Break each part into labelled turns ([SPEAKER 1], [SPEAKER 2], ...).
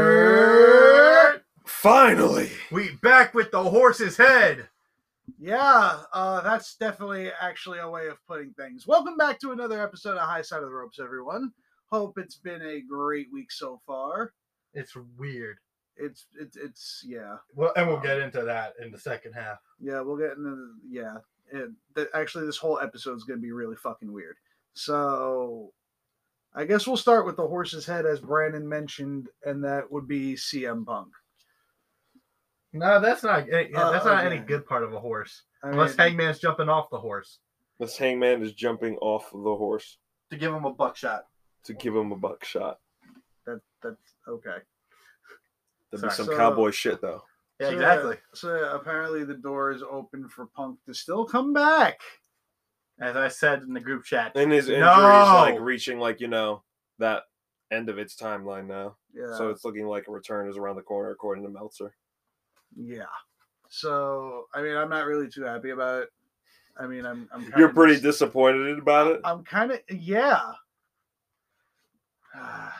[SPEAKER 1] Yeah.
[SPEAKER 2] Finally.
[SPEAKER 3] We back with the horse's head.
[SPEAKER 1] Yeah, uh, that's definitely actually a way of putting things. Welcome back to another episode of High Side of the Ropes, everyone. Hope it's been a great week so far.
[SPEAKER 3] It's weird.
[SPEAKER 1] It's it's it's yeah
[SPEAKER 3] Well, and we'll get into that in the second half.
[SPEAKER 1] yeah we'll get into the- yeah. It, th- actually, this whole episode is going to be really fucking weird. So, I guess we'll start with the horse's head, as Brandon mentioned, and that would be CM Punk.
[SPEAKER 3] No, that's not. eh, yeah, that's
[SPEAKER 1] Uh,
[SPEAKER 3] not any
[SPEAKER 1] okay.
[SPEAKER 3] good part of a horse,
[SPEAKER 1] I
[SPEAKER 3] unless
[SPEAKER 1] mean,
[SPEAKER 3] Hangman's jumping off the horse.
[SPEAKER 2] This hangman is jumping off the horse
[SPEAKER 4] to give him a buckshot.
[SPEAKER 2] to give him a buckshot.
[SPEAKER 1] that that's okay.
[SPEAKER 2] That'd be
[SPEAKER 3] Sorry.
[SPEAKER 2] some
[SPEAKER 1] So-
[SPEAKER 2] cowboy shit, though.
[SPEAKER 4] Yeah,
[SPEAKER 1] So,
[SPEAKER 4] exactly.
[SPEAKER 1] So apparently, the door is open for Punk to still come back.
[SPEAKER 4] As I said in the group chat,
[SPEAKER 2] And his injury is
[SPEAKER 3] No!
[SPEAKER 2] like reaching, like, you know, that end of its timeline now.
[SPEAKER 1] Yeah.
[SPEAKER 2] So it's looking like a return is around the corner, according to Meltzer.
[SPEAKER 1] yeah. So I mean, I'm not really too happy about it. I mean, I'm. I'm kinda
[SPEAKER 2] You're pretty
[SPEAKER 1] dis-
[SPEAKER 2] disappointed about it?
[SPEAKER 1] I'm kind of yeah.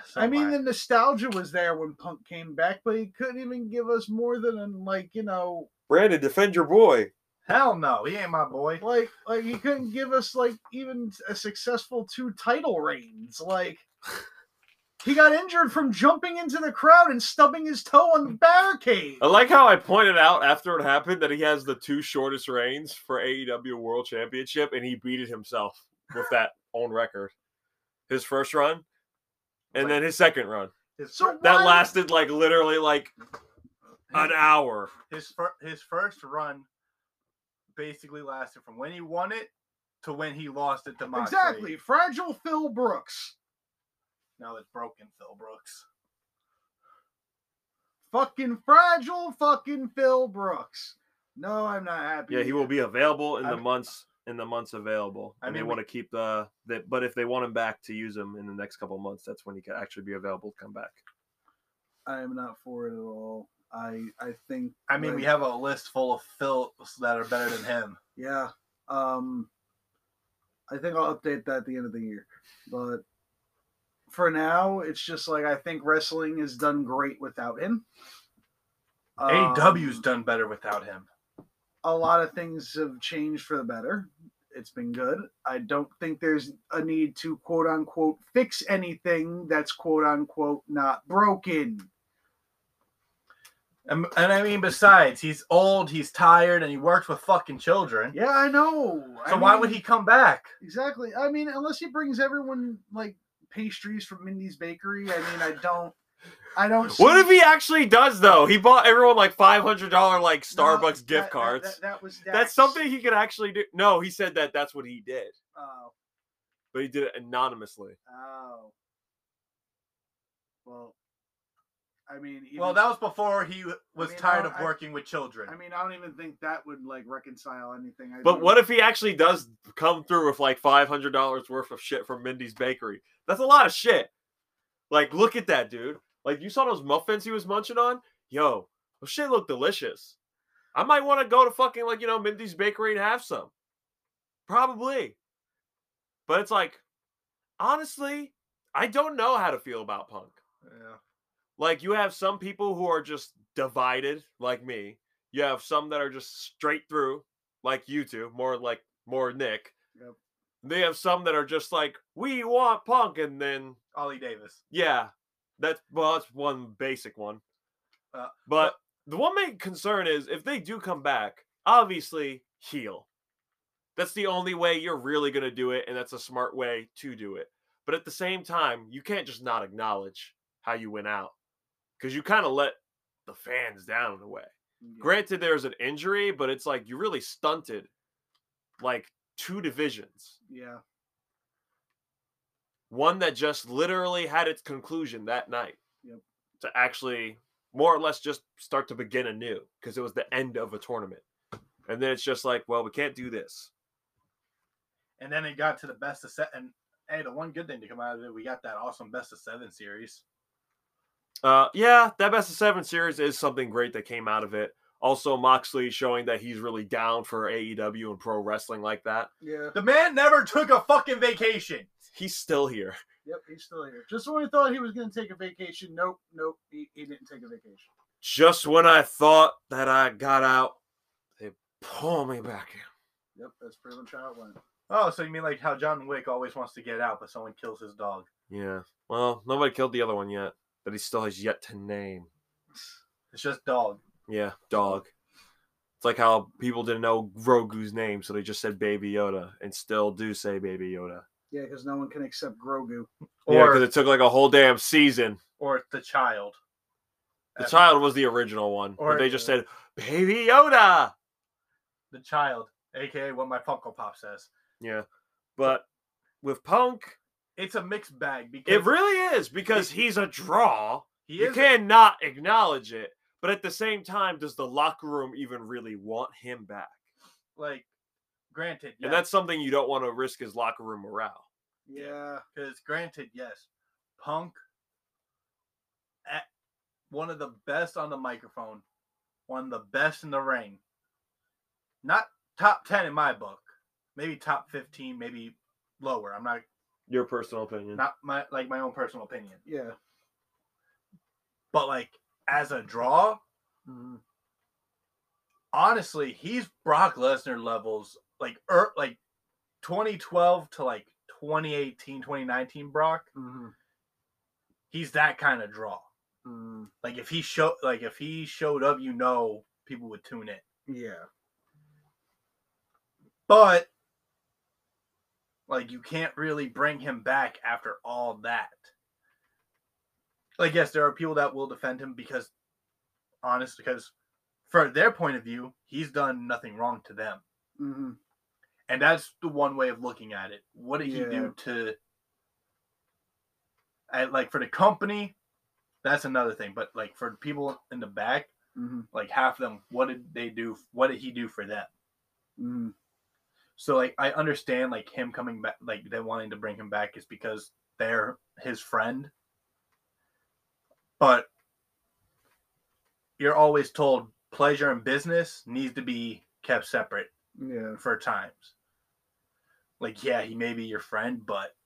[SPEAKER 4] so
[SPEAKER 1] I mean,
[SPEAKER 4] am
[SPEAKER 1] the nostalgia was there when Punk came back, but he couldn't even give us more than an, like you know,
[SPEAKER 2] Brandon, defend your boy.
[SPEAKER 4] hell no, he ain't my boy.
[SPEAKER 1] like like he couldn't give us like even a successful two title reigns. Like he got injured from jumping into the crowd and stubbing his toe on the barricade.
[SPEAKER 2] I like how I pointed out after it happened that he has the two shortest reigns for AEW World Championship, and he beat it himself with that on record. His first run, and then his second run.
[SPEAKER 4] His,
[SPEAKER 1] So
[SPEAKER 4] fir-
[SPEAKER 2] that
[SPEAKER 1] why-
[SPEAKER 2] lasted like literally like an
[SPEAKER 4] his-
[SPEAKER 2] hour.
[SPEAKER 4] his, fir- his first run basically lasted from when he won it to when he lost it to Moxley.
[SPEAKER 1] Exactly. Fragile Phil Brooks.
[SPEAKER 4] Now it's broken, Phil Brooks.
[SPEAKER 1] Fucking fragile fucking Phil Brooks. No, I'm not happy.
[SPEAKER 2] Yeah, he will be available in
[SPEAKER 4] I
[SPEAKER 2] the
[SPEAKER 4] mean-
[SPEAKER 2] months in the months available.
[SPEAKER 4] I
[SPEAKER 2] And they
[SPEAKER 4] mean, we-
[SPEAKER 2] want to keep the, the but if they want him back to use him in the next couple of months, that's when he could actually be available to come back.
[SPEAKER 1] I am not for it at all. I I think
[SPEAKER 4] I mean, we
[SPEAKER 1] like,
[SPEAKER 4] have a list full of Phils that are better than him.
[SPEAKER 1] yeah. Um I think I'll update that at the end of the year. But for now, it's just like I think wrestling has done great without him.
[SPEAKER 4] AEW's
[SPEAKER 1] Um,
[SPEAKER 4] done better without him.
[SPEAKER 1] a lot of things have changed for the better. It's been good. I don't think there's a need to quote unquote fix anything that's quote unquote not broken.
[SPEAKER 4] And, and I mean, besides, he's old, he's tired, and he works with fucking children.
[SPEAKER 1] Yeah, I know.
[SPEAKER 4] So
[SPEAKER 1] I
[SPEAKER 4] why would
[SPEAKER 1] mean,
[SPEAKER 4] he come back?
[SPEAKER 1] Exactly. I mean, unless he brings everyone like pastries from Mindy's Bakery. I mean, I don't. I don't.
[SPEAKER 2] What
[SPEAKER 1] see-
[SPEAKER 2] if he actually does though? He bought everyone like five hundred dollar like
[SPEAKER 1] No,
[SPEAKER 2] Starbucks
[SPEAKER 1] that-
[SPEAKER 2] gift
[SPEAKER 1] that-
[SPEAKER 2] cards.
[SPEAKER 1] That, that was
[SPEAKER 2] that's
[SPEAKER 1] Dax.
[SPEAKER 2] something he could actually do. No, he said that that's what he did,
[SPEAKER 1] Oh,
[SPEAKER 2] but he did it anonymously.
[SPEAKER 1] oh. Well, I mean, even,
[SPEAKER 4] Well, that was before he was
[SPEAKER 1] mean,
[SPEAKER 4] tired
[SPEAKER 1] no,
[SPEAKER 4] of
[SPEAKER 1] I-
[SPEAKER 4] working with children.
[SPEAKER 1] I mean, I don't even think that would like reconcile anything. I
[SPEAKER 2] But
[SPEAKER 1] do.
[SPEAKER 2] what if he actually does come through with like five hundred dollars worth of shit from Mindy's Bakery? That's a lot of shit. Like, look at that dude. Like, you saw those muffins he was munching on? Yo, those shit look delicious. I might want to go to fucking like you know Mindy's Bakery and have some. Probably. But it's like, honestly, I don't know how to feel about Punk.
[SPEAKER 4] yeah.
[SPEAKER 2] Like, you have some people who are just divided, like me. You have some that are just straight through, like you two, more like more Nick.
[SPEAKER 1] Yep.
[SPEAKER 2] They have some that are just like, we want punk, and then
[SPEAKER 4] Ollie Davis.
[SPEAKER 2] yeah, that's well, that's one basic one.
[SPEAKER 4] Uh,
[SPEAKER 2] but the one main concern is if they do come back, obviously heal. That's the only way you're really gonna do it, and that's a smart way to do it. But at the same time, you can't just not acknowledge how you went out because you kind of let the fans down in a way.
[SPEAKER 1] Yeah.
[SPEAKER 2] Granted, there's an injury, but it's like you really stunted like two divisions
[SPEAKER 1] Yeah.
[SPEAKER 2] one that just literally had its conclusion that night
[SPEAKER 1] Yep.
[SPEAKER 2] to actually more or less just start to begin anew because it was the end of a tournament and then it's just like well we can't do this
[SPEAKER 4] And then it got to the best of set. And hey, the one good thing to come out of it, we got that awesome best of seven series.
[SPEAKER 2] uh yeah that best of seven series is something great that came out of it also moxley showing that he's really down for E aew and pro wrestling like that
[SPEAKER 1] Yeah.
[SPEAKER 4] The man never took a fucking vacation.
[SPEAKER 2] he's still here
[SPEAKER 1] Yep, he's still here. Just when we thought he was going to take a vacation, nope, nope, he, he didn't take a vacation.
[SPEAKER 2] Just when I thought that I got out, they pull me back in.
[SPEAKER 1] Yep, that's pretty much how it went.
[SPEAKER 3] Oh, so you mean like how John Wick always wants to get out, but someone kills his dog?
[SPEAKER 2] Yeah. Well, nobody killed the other one yet that he still has yet to name.
[SPEAKER 3] It's just dog.
[SPEAKER 2] Yeah, dog. It's like how people didn't know Grogu's name, so they just said Baby Yoda and still do say Baby Yoda.
[SPEAKER 1] Yeah, because no one can accept Grogu.
[SPEAKER 2] Or, yeah,
[SPEAKER 3] Or
[SPEAKER 2] because it took like a whole damn season.
[SPEAKER 3] or the child.
[SPEAKER 2] The
[SPEAKER 3] Uh,
[SPEAKER 2] child was the original one, but
[SPEAKER 3] or- uh,
[SPEAKER 2] they just said Baby Yoda.
[SPEAKER 3] The child, aka what my Funko Pop says.
[SPEAKER 2] Yeah, but with Punk,
[SPEAKER 3] It's a mixed bag because
[SPEAKER 2] it really is because he's a draw.
[SPEAKER 3] he
[SPEAKER 2] You
[SPEAKER 3] is
[SPEAKER 2] cannot acknowledge it, but at the same time, does the locker room even really want him back?
[SPEAKER 3] like granted,
[SPEAKER 2] And that's something you don't want to risk his locker room morale.
[SPEAKER 1] Yeah,
[SPEAKER 3] because granted, yes, Punk, at one of the best on the microphone, one of the best in the ring. Not top ten in my book, maybe top fifteen, maybe lower. I'm not
[SPEAKER 2] Your personal opinion.
[SPEAKER 3] not my like my own personal opinion,
[SPEAKER 1] yeah.
[SPEAKER 3] but like as a draw,
[SPEAKER 1] Mhm.
[SPEAKER 3] honestly, he's Brock Lesnar levels like er, like 2012 to like 2018, 2019 Brock.
[SPEAKER 1] Mhm.
[SPEAKER 3] He's that kind of draw.
[SPEAKER 1] Mhm.
[SPEAKER 3] Like if he show like if he showed up, you know, people would tune in.
[SPEAKER 1] Yeah.
[SPEAKER 3] But like you can't really bring him back after all that. Like yes, there are people that will defend him because honest because from their point of view, he's done nothing wrong to them.
[SPEAKER 1] Mhm.
[SPEAKER 3] And that's the one way of looking at it. What did he
[SPEAKER 1] Yeah.
[SPEAKER 3] do to at, like for the company? That's another thing. But like for people in the back,
[SPEAKER 1] Mhm.
[SPEAKER 3] like half of them, what did they do? What did he do for them?
[SPEAKER 1] Mhm.
[SPEAKER 3] So like I understand like him coming back, like they wanting to bring him back is because they're his friend. But you're always told pleasure and business needs to be kept separate
[SPEAKER 1] Yeah.
[SPEAKER 3] for times. Like, yeah, he may be your friend, but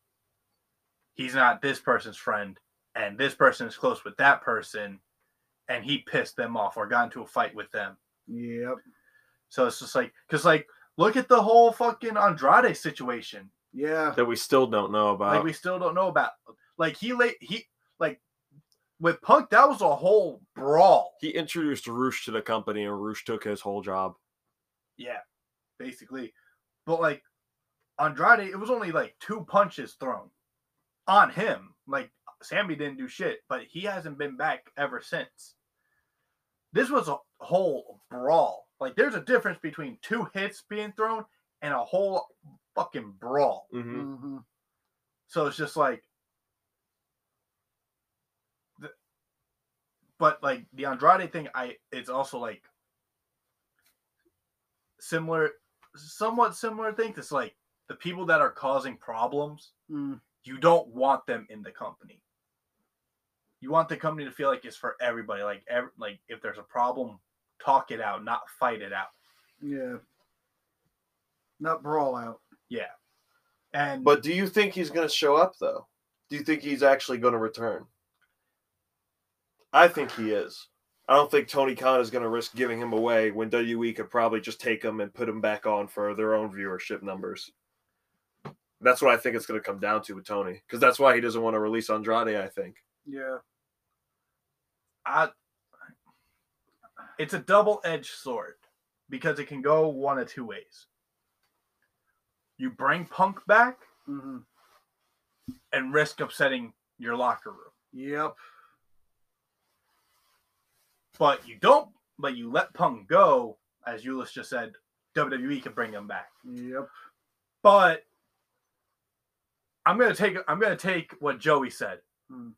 [SPEAKER 3] he's not this person's friend, and this person is close with that person, and he pissed them off or got into a fight with them.
[SPEAKER 1] Yep.
[SPEAKER 3] So it's just like, because, like, look at the whole fucking Andrade situation.
[SPEAKER 1] Yeah.
[SPEAKER 2] that we still don't know about.
[SPEAKER 3] Like, we still don't know about. Like, he late, he, like, with Punk, that was a whole brawl.
[SPEAKER 2] he introduced Roosh to the company, and Roosh took his whole job.
[SPEAKER 3] Yeah, basically. But like Andrade, it was only like two punches thrown on him. Like Sammy didn't do shit, but he hasn't been back ever since. This was a whole brawl. Like there's a difference between two hits being thrown and a whole fucking brawl.
[SPEAKER 2] Mm-hmm.
[SPEAKER 1] Mm-hmm.
[SPEAKER 3] So it's just like, the, but like the Andrade thing, I it's also like similar, somewhat similar thing. It's like the people that are causing problems,
[SPEAKER 1] Mm.
[SPEAKER 3] you don't want them in the company. You want the company to feel like it's for everybody. Like ev- like if there's a problem, talk it out, not fight it out.
[SPEAKER 1] Yeah. Not brawl out.
[SPEAKER 3] And
[SPEAKER 2] But do you think he's going to show up though? Do you think he's actually going to return? I think he is. I don't think Tony Khan is going to risk giving him away when WWE could probably just take him and put him back on for their own viewership numbers. That's what I think it's going to come down to with Tony, because that's why he doesn't want to release Andrade. I think.
[SPEAKER 1] Yeah.
[SPEAKER 3] I it's a double-edged sword because it can go one of two ways. You bring Punk back
[SPEAKER 1] Mm-hmm.
[SPEAKER 3] and risk upsetting your locker room.
[SPEAKER 1] Yep.
[SPEAKER 3] But you don't but you let Punk go, as Euless just said, WWE can bring him back.
[SPEAKER 1] Yep.
[SPEAKER 3] But I'm gonna take I'm gonna take what Joey said.
[SPEAKER 1] Hmm.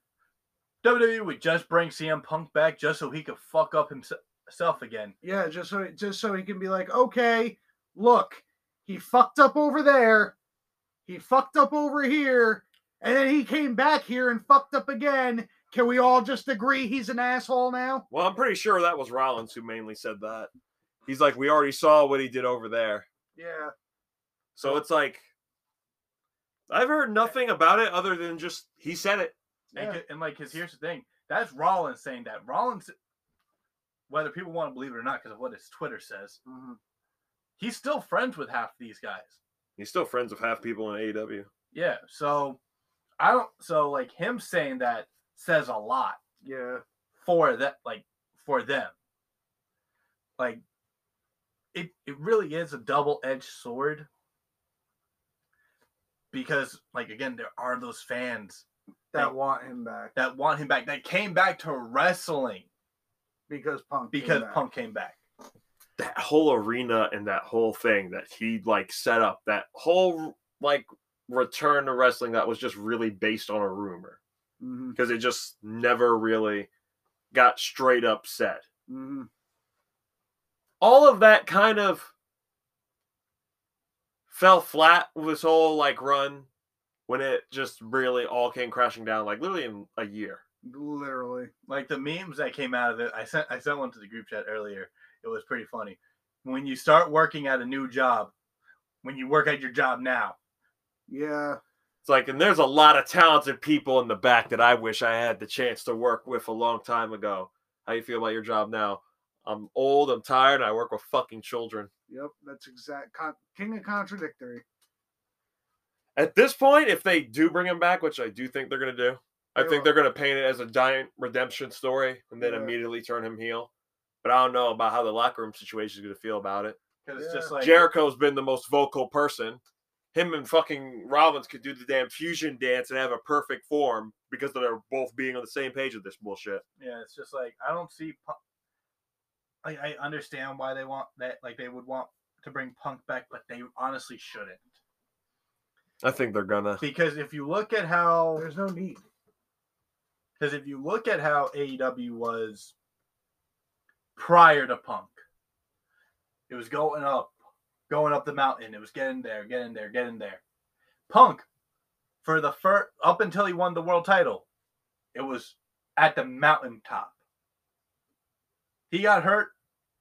[SPEAKER 3] WWE would just bring CM Punk back just so he could fuck up himse- himself again.
[SPEAKER 1] Yeah. Just so just so he can be like, okay, look, he fucked up over there, he fucked up over here, and then he came back here and fucked up again. Can we all just agree he's an asshole now?
[SPEAKER 2] Well, I'm pretty sure that was Rollins who mainly said that. He's like, we already saw what he did over there.
[SPEAKER 1] Yeah.
[SPEAKER 2] So it's like I've heard nothing about it other than just he said it.
[SPEAKER 3] And,
[SPEAKER 1] Yeah.
[SPEAKER 3] c- and like, cause here's the thing. That's Rollins saying that. Rollins, whether people want to believe it or not, because of what his Twitter says,
[SPEAKER 1] Mhm.
[SPEAKER 3] he's still friends with half these guys.
[SPEAKER 2] He's still friends with half people in E AEW.
[SPEAKER 3] Yeah. So I don't. So like him saying that says a lot
[SPEAKER 1] Yeah.
[SPEAKER 3] for that. Like for them. Like it. It really is a double edged sword. Because like again, there are those fans
[SPEAKER 1] That
[SPEAKER 3] Thank-
[SPEAKER 1] want him back
[SPEAKER 3] that want him back. That came back to wrestling
[SPEAKER 1] because Punk. came
[SPEAKER 3] because
[SPEAKER 1] back.
[SPEAKER 3] Punk came back.
[SPEAKER 2] That whole arena and that whole thing that he like set up, that whole like return to wrestling that was just really based on a rumor
[SPEAKER 1] Mhm.
[SPEAKER 2] because it just never really got straight up said.
[SPEAKER 1] Mhm.
[SPEAKER 2] all of that kind of fell flat with this whole like run when it just really all came crashing down like literally in a year
[SPEAKER 1] Literally.
[SPEAKER 3] Like the memes that came out of it, I sent I sent one to the group chat earlier. It was pretty funny. When you start working at a new job, when you work at your job now,
[SPEAKER 1] Yeah.
[SPEAKER 2] it's like and there's a lot of talented people in the back that i wish i had the chance to work with a long time ago how you feel about your job now i'm old i'm tired and i work with fucking children
[SPEAKER 1] Yep. That's exact. Con- King of contradictory.
[SPEAKER 2] at this point if they do bring him back which i do think they're going to do i
[SPEAKER 1] They
[SPEAKER 2] think
[SPEAKER 1] will.
[SPEAKER 2] they're going to paint it as a giant redemption story and then
[SPEAKER 1] Yeah.
[SPEAKER 2] immediately turn him heel but i don't know about how the locker room situation is going to feel about it
[SPEAKER 3] because it's
[SPEAKER 1] Yeah.
[SPEAKER 3] just like
[SPEAKER 2] Jericho's been the most vocal person. Him and fucking Rollins could do the damn fusion dance and have a perfect form because they're both being on the same page with this bullshit.
[SPEAKER 3] yeah, it's just like I don't see. Punk. Like I understand why they want that, like they would want to bring Punk back, but they honestly shouldn't.
[SPEAKER 2] I think they're gonna.
[SPEAKER 3] Because if you look at how
[SPEAKER 1] There's no need.
[SPEAKER 3] Because if you look at how AEW was prior to Punk, it was going up, going up the mountain. It was getting there, getting there, getting there. Punk, for the first up until he won the world title, it was at the mountaintop. He got hurt.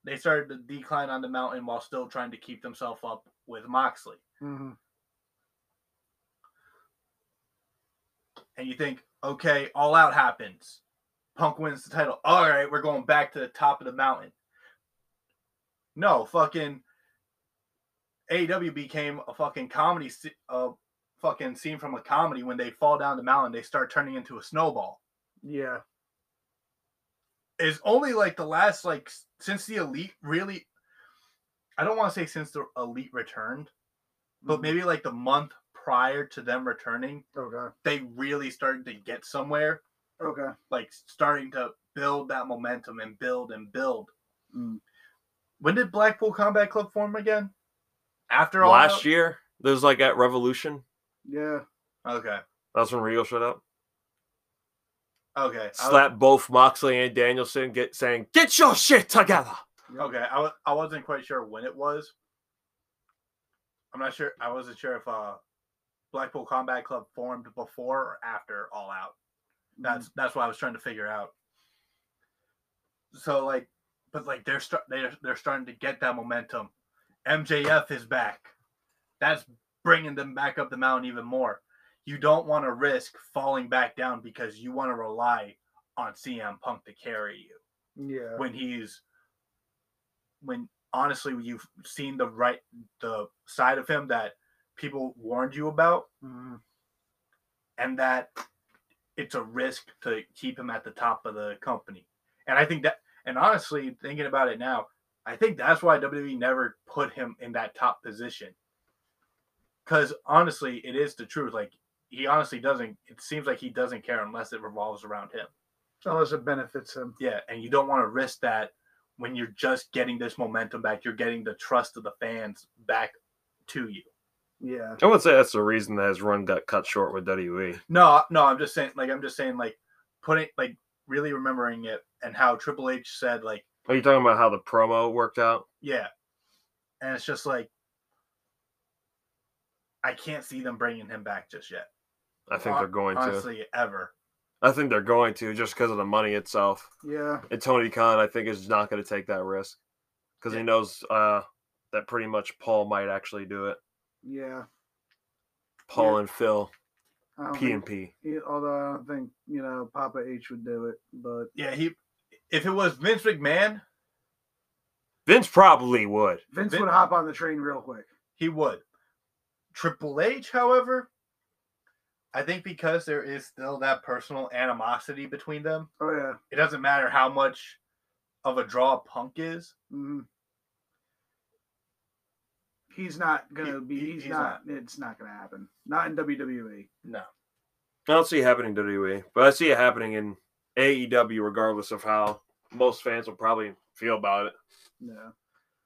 [SPEAKER 3] They started to decline on the mountain while still trying to keep themselves up with Moxley.
[SPEAKER 1] Mm-hmm.
[SPEAKER 3] and you think, okay, all out happens. Punk wins the title. All right, we're going back to the top of the mountain. No, fucking AEW became a fucking comedy, se- a fucking scene from a comedy when they fall down the mountain, they start turning into a snowball.
[SPEAKER 1] Yeah.
[SPEAKER 3] It's only like the last, like, s- since the Elite really, I don't want to say since the Elite returned, but
[SPEAKER 1] Mhm.
[SPEAKER 3] maybe like the month prior to them returning,
[SPEAKER 1] Okay.
[SPEAKER 3] they really started to get somewhere.
[SPEAKER 1] Okay.
[SPEAKER 3] like starting to build that momentum and build and build.
[SPEAKER 1] Mm.
[SPEAKER 3] When did Blackpool Combat Club form again? After all
[SPEAKER 2] Last year, there's like at Revolution.
[SPEAKER 1] Yeah.
[SPEAKER 3] Okay,
[SPEAKER 2] That's when Regal showed up.
[SPEAKER 3] okay, I was,
[SPEAKER 2] Slap both Moxley and Danielson, get saying, "Get your shit together."
[SPEAKER 3] okay. I, wa- I wasn't quite sure when it was. I'm not sure. I wasn't sure if uh, Blackpool Combat Club formed before or after All Out. That's that's what I was trying to figure out. So like, but like they're start they're they're starting to get that momentum. MJF is back. That's bringing them back up the mountain even more. You don't want to risk falling back down because you want to rely on CM Punk to carry you
[SPEAKER 1] Mm-hmm, yeah.
[SPEAKER 3] when he's when honestly you've seen the right the side of him that people warned you about
[SPEAKER 1] Mhm.
[SPEAKER 3] and that it's a risk to keep him at the top of the company. And I think that, and honestly, thinking about it now, I think that's why WWE never put him in that top position. Because honestly, it is the truth. Like, he honestly doesn't, it seems like he doesn't care unless it revolves around him.
[SPEAKER 1] Unless it benefits him.
[SPEAKER 3] Yeah. And you don't want to risk that when you're just getting this momentum back. You're getting the trust of the fans back to you.
[SPEAKER 1] Yeah.
[SPEAKER 2] I would say that's the reason that his run got cut short with E. WWE.
[SPEAKER 3] No, no, I'm just saying, like, I'm just saying, like, putting, like, really remembering it and how Triple H said, like,
[SPEAKER 2] Are you talking about how the promo worked out?
[SPEAKER 3] yeah. And it's just like, I can't see them bringing him back just yet.
[SPEAKER 2] I think
[SPEAKER 3] Hon-
[SPEAKER 2] they're going to.
[SPEAKER 3] Honestly, ever.
[SPEAKER 2] I think they're going to just because of the money itself.
[SPEAKER 1] Yeah.
[SPEAKER 2] And Tony Khan, I think, is not going to take that risk because he
[SPEAKER 3] Yeah.
[SPEAKER 2] knows uh, that pretty much Paul might actually do it.
[SPEAKER 1] Yeah.
[SPEAKER 2] Paul and Phil,
[SPEAKER 1] I don't
[SPEAKER 2] P
[SPEAKER 1] think-
[SPEAKER 2] and P.
[SPEAKER 1] Yeah, although I don't think you know Papa H would do it, but
[SPEAKER 3] Yeah, he. If it was Vince McMahon,
[SPEAKER 2] Vince probably would.
[SPEAKER 1] Vince
[SPEAKER 3] Vin-
[SPEAKER 1] would hop on the train real quick.
[SPEAKER 3] he would. Triple H, however, I think because there is still that personal animosity between them,
[SPEAKER 1] Oh yeah,
[SPEAKER 3] it doesn't matter how much of a draw Punk is.
[SPEAKER 1] hmm he's not gonna
[SPEAKER 3] He-
[SPEAKER 1] be.
[SPEAKER 3] he-
[SPEAKER 1] He's,
[SPEAKER 3] he's
[SPEAKER 1] not, It's not gonna happen. Not in E. WWE.
[SPEAKER 3] No.
[SPEAKER 2] I don't see it happening in WWE, but I see it happening in AEW, regardless of how most fans will probably feel about it.
[SPEAKER 1] No.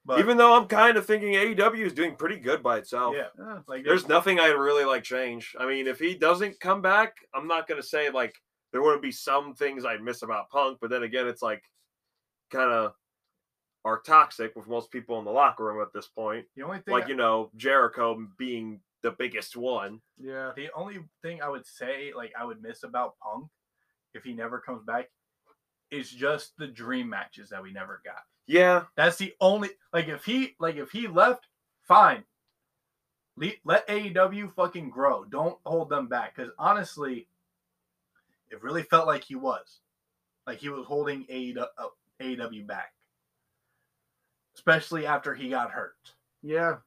[SPEAKER 3] But
[SPEAKER 2] Even though I'm kind of thinking AEW is doing pretty good by itself.
[SPEAKER 3] yeah,
[SPEAKER 1] Yeah.
[SPEAKER 3] like
[SPEAKER 2] There's nothing I really like change. I mean, if he doesn't come back, I'm not gonna say like there wouldn't be some things I'd miss about Punk, but then again, it's like kind of are toxic with most people in the locker room at this point.
[SPEAKER 3] the only thing
[SPEAKER 2] Like you know, Jericho being the biggest one.
[SPEAKER 1] Yeah.
[SPEAKER 3] The only thing I would say, like I would miss about Punk, if he never comes back, is just the dream matches that we never got.
[SPEAKER 2] Yeah,
[SPEAKER 3] That's the only like if he like if he left, fine. Le- let AEW fucking grow. Don't hold them back because honestly, it really felt like he was, like he was holding AEW, uh, AEW back, especially after he got hurt.
[SPEAKER 1] Yeah.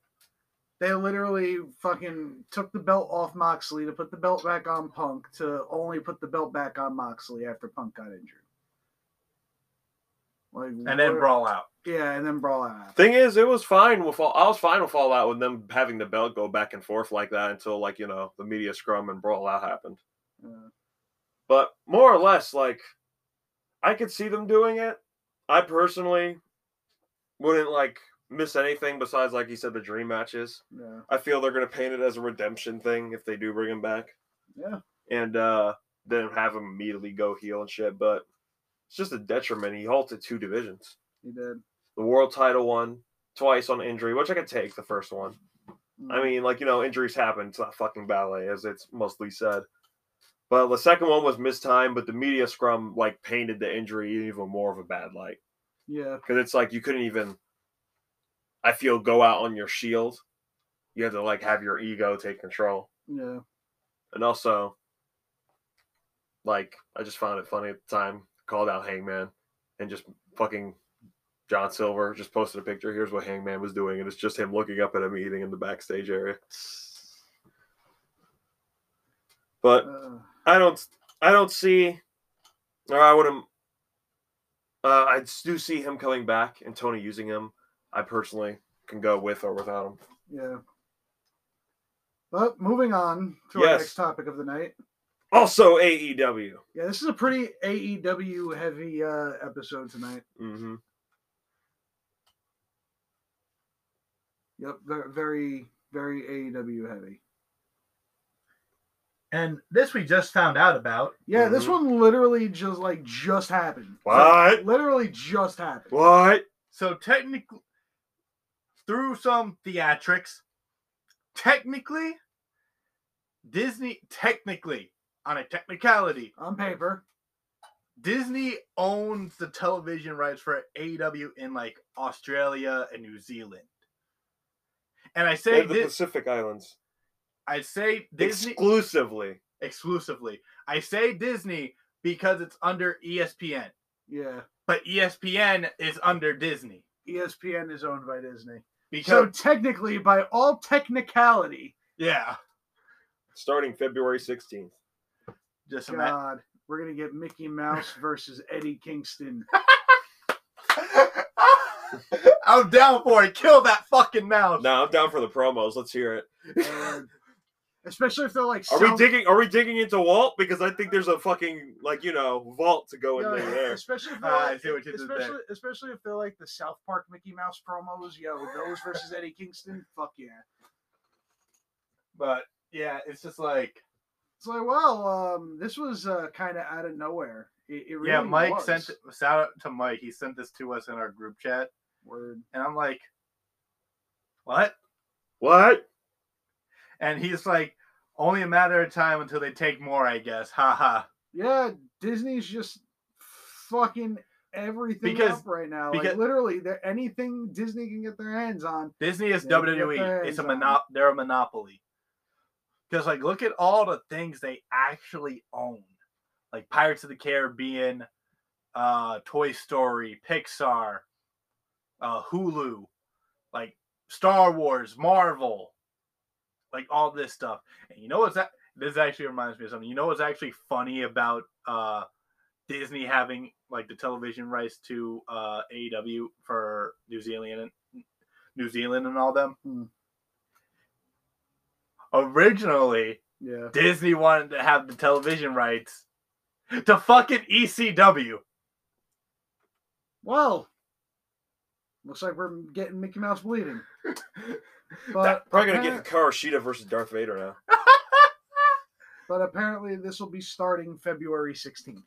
[SPEAKER 1] They literally fucking took the belt off Moxley to put the belt back on Punk to only put the belt back on Moxley after Punk got injured. Like
[SPEAKER 3] And then
[SPEAKER 1] what-
[SPEAKER 3] brawl out.
[SPEAKER 1] Yeah, and then brawl out.
[SPEAKER 2] Thing is, it was fine with all. I was fine with Fallout with them having the belt go back and forth like that until like you know the media scrum and brawl out happened.
[SPEAKER 1] Uh,
[SPEAKER 2] But more or less, like I could see them doing it. I personally wouldn't like miss anything besides like you said the dream matches.
[SPEAKER 1] yeah.
[SPEAKER 2] I feel they're gonna paint it as a redemption thing if they do bring him back.
[SPEAKER 1] Yeah.
[SPEAKER 2] And uh then have him immediately go heel and shit. But it's just a detriment. He halted two divisions
[SPEAKER 1] He did.
[SPEAKER 2] the world title one twice on injury, which I could take the first one.
[SPEAKER 1] Mm.
[SPEAKER 2] I mean, like, you know, injuries happen. It's not fucking ballet, as it's mostly said. But the second one was missed time, but the media scrum, like, painted the injury in even more of a bad light.
[SPEAKER 1] Yeah.
[SPEAKER 2] Because it's like you couldn't even, I feel, go out on your shield. You had to, like, have your ego take control.
[SPEAKER 1] Yeah.
[SPEAKER 2] And also, like, I just found it funny at the time. Called out Hangman and just fucking John Silver just posted a picture. Here's what Hangman was doing. And it's just him looking up at him eating in the backstage area. But
[SPEAKER 1] Uh,
[SPEAKER 2] I don't, I don't see, or I wouldn't, uh, I do see him coming back and Tony using him. I personally can go with or without him.
[SPEAKER 1] yeah. But moving on to our
[SPEAKER 2] Yes.
[SPEAKER 1] next topic of the night.
[SPEAKER 2] Also, E AEW.
[SPEAKER 1] Yeah, this is a pretty AEW heavy uh, episode tonight.
[SPEAKER 2] Mm-hmm.
[SPEAKER 1] Yep, ve- very, very AEW heavy.
[SPEAKER 3] And this we just found out about.
[SPEAKER 1] Yeah, this
[SPEAKER 2] Mhm.
[SPEAKER 1] one literally just like just happened.
[SPEAKER 2] What?
[SPEAKER 1] Literally just happened.
[SPEAKER 2] What?
[SPEAKER 3] So technically, through some theatrics, technically, Disney, technically, on a technicality,
[SPEAKER 1] On paper.
[SPEAKER 3] Disney owns the television rights for AEW in like Australia and New Zealand. And I say
[SPEAKER 2] They're the
[SPEAKER 3] this,
[SPEAKER 2] Pacific Islands.
[SPEAKER 3] I say Disney
[SPEAKER 2] Exclusively.
[SPEAKER 3] exclusively. I say Disney because it's under E ESPN,
[SPEAKER 1] Yeah. E
[SPEAKER 3] but E ESPN is under Disney
[SPEAKER 1] ESPN is owned by Disney. So
[SPEAKER 3] because
[SPEAKER 1] technically, by all technicality,
[SPEAKER 3] yeah,
[SPEAKER 2] starting February 16th.
[SPEAKER 3] just imagine.
[SPEAKER 1] God, we're gonna get Mickey Mouse versus Eddie Kingston.
[SPEAKER 3] I'm down for it. Kill that fucking mouse.
[SPEAKER 2] No, I'm down for the promos. Let's hear it.
[SPEAKER 1] Uh, especially if they're like
[SPEAKER 2] Are we
[SPEAKER 1] self-
[SPEAKER 2] digging? Are we digging into Walt? Because I think there's a fucking like you know vault to go in
[SPEAKER 1] Yo,
[SPEAKER 2] there. there.
[SPEAKER 1] especially if
[SPEAKER 3] Ah,
[SPEAKER 1] they're
[SPEAKER 3] I
[SPEAKER 1] like,
[SPEAKER 3] see what you did there.
[SPEAKER 1] especially, especially if they're like the South Park Mickey Mouse promos, yo, those versus Eddie Kingston, fuck yeah.
[SPEAKER 3] But yeah, it's just like
[SPEAKER 1] It's like, well, um, this was uh, kind of out of nowhere. It, it really
[SPEAKER 3] yeah. Mike
[SPEAKER 1] was.
[SPEAKER 3] sent shout out to Mike. He sent this to us in our group chat,
[SPEAKER 1] word.
[SPEAKER 3] and I'm like, what?
[SPEAKER 2] What?
[SPEAKER 3] And he's like, only a matter of time until they take more, I guess. Ha ha.
[SPEAKER 1] Yeah, Disney's just fucking everything
[SPEAKER 3] Because-
[SPEAKER 1] up right now.
[SPEAKER 3] because-
[SPEAKER 1] like literally, they're- anything Disney can get their hands on.
[SPEAKER 3] Disney is
[SPEAKER 1] Yeah, you got
[SPEAKER 3] WWE.
[SPEAKER 1] their
[SPEAKER 3] It's a
[SPEAKER 1] hands on
[SPEAKER 3] monop. They're a monopoly. Because like, look at all the things they actually own, like Pirates of the Caribbean, uh, Toy Story, Pixar, uh, Hulu, like Star Wars, Marvel, like all this stuff. And you know what's that? This actually reminds me of something. You know what's actually funny about uh, Disney having like the television rights to uh, AEW for New Zealand and New Zealand and all them.
[SPEAKER 1] Hmm.
[SPEAKER 3] Originally,
[SPEAKER 1] Yeah.
[SPEAKER 3] Disney wanted to have the television rights to fucking E ECW.
[SPEAKER 1] Well, looks like we're getting Mickey Mouse bleeding. But
[SPEAKER 2] That- probably gonna
[SPEAKER 1] appar-
[SPEAKER 2] get Karoshita versus Darth Vader now.
[SPEAKER 1] But apparently, this will be starting February 16th.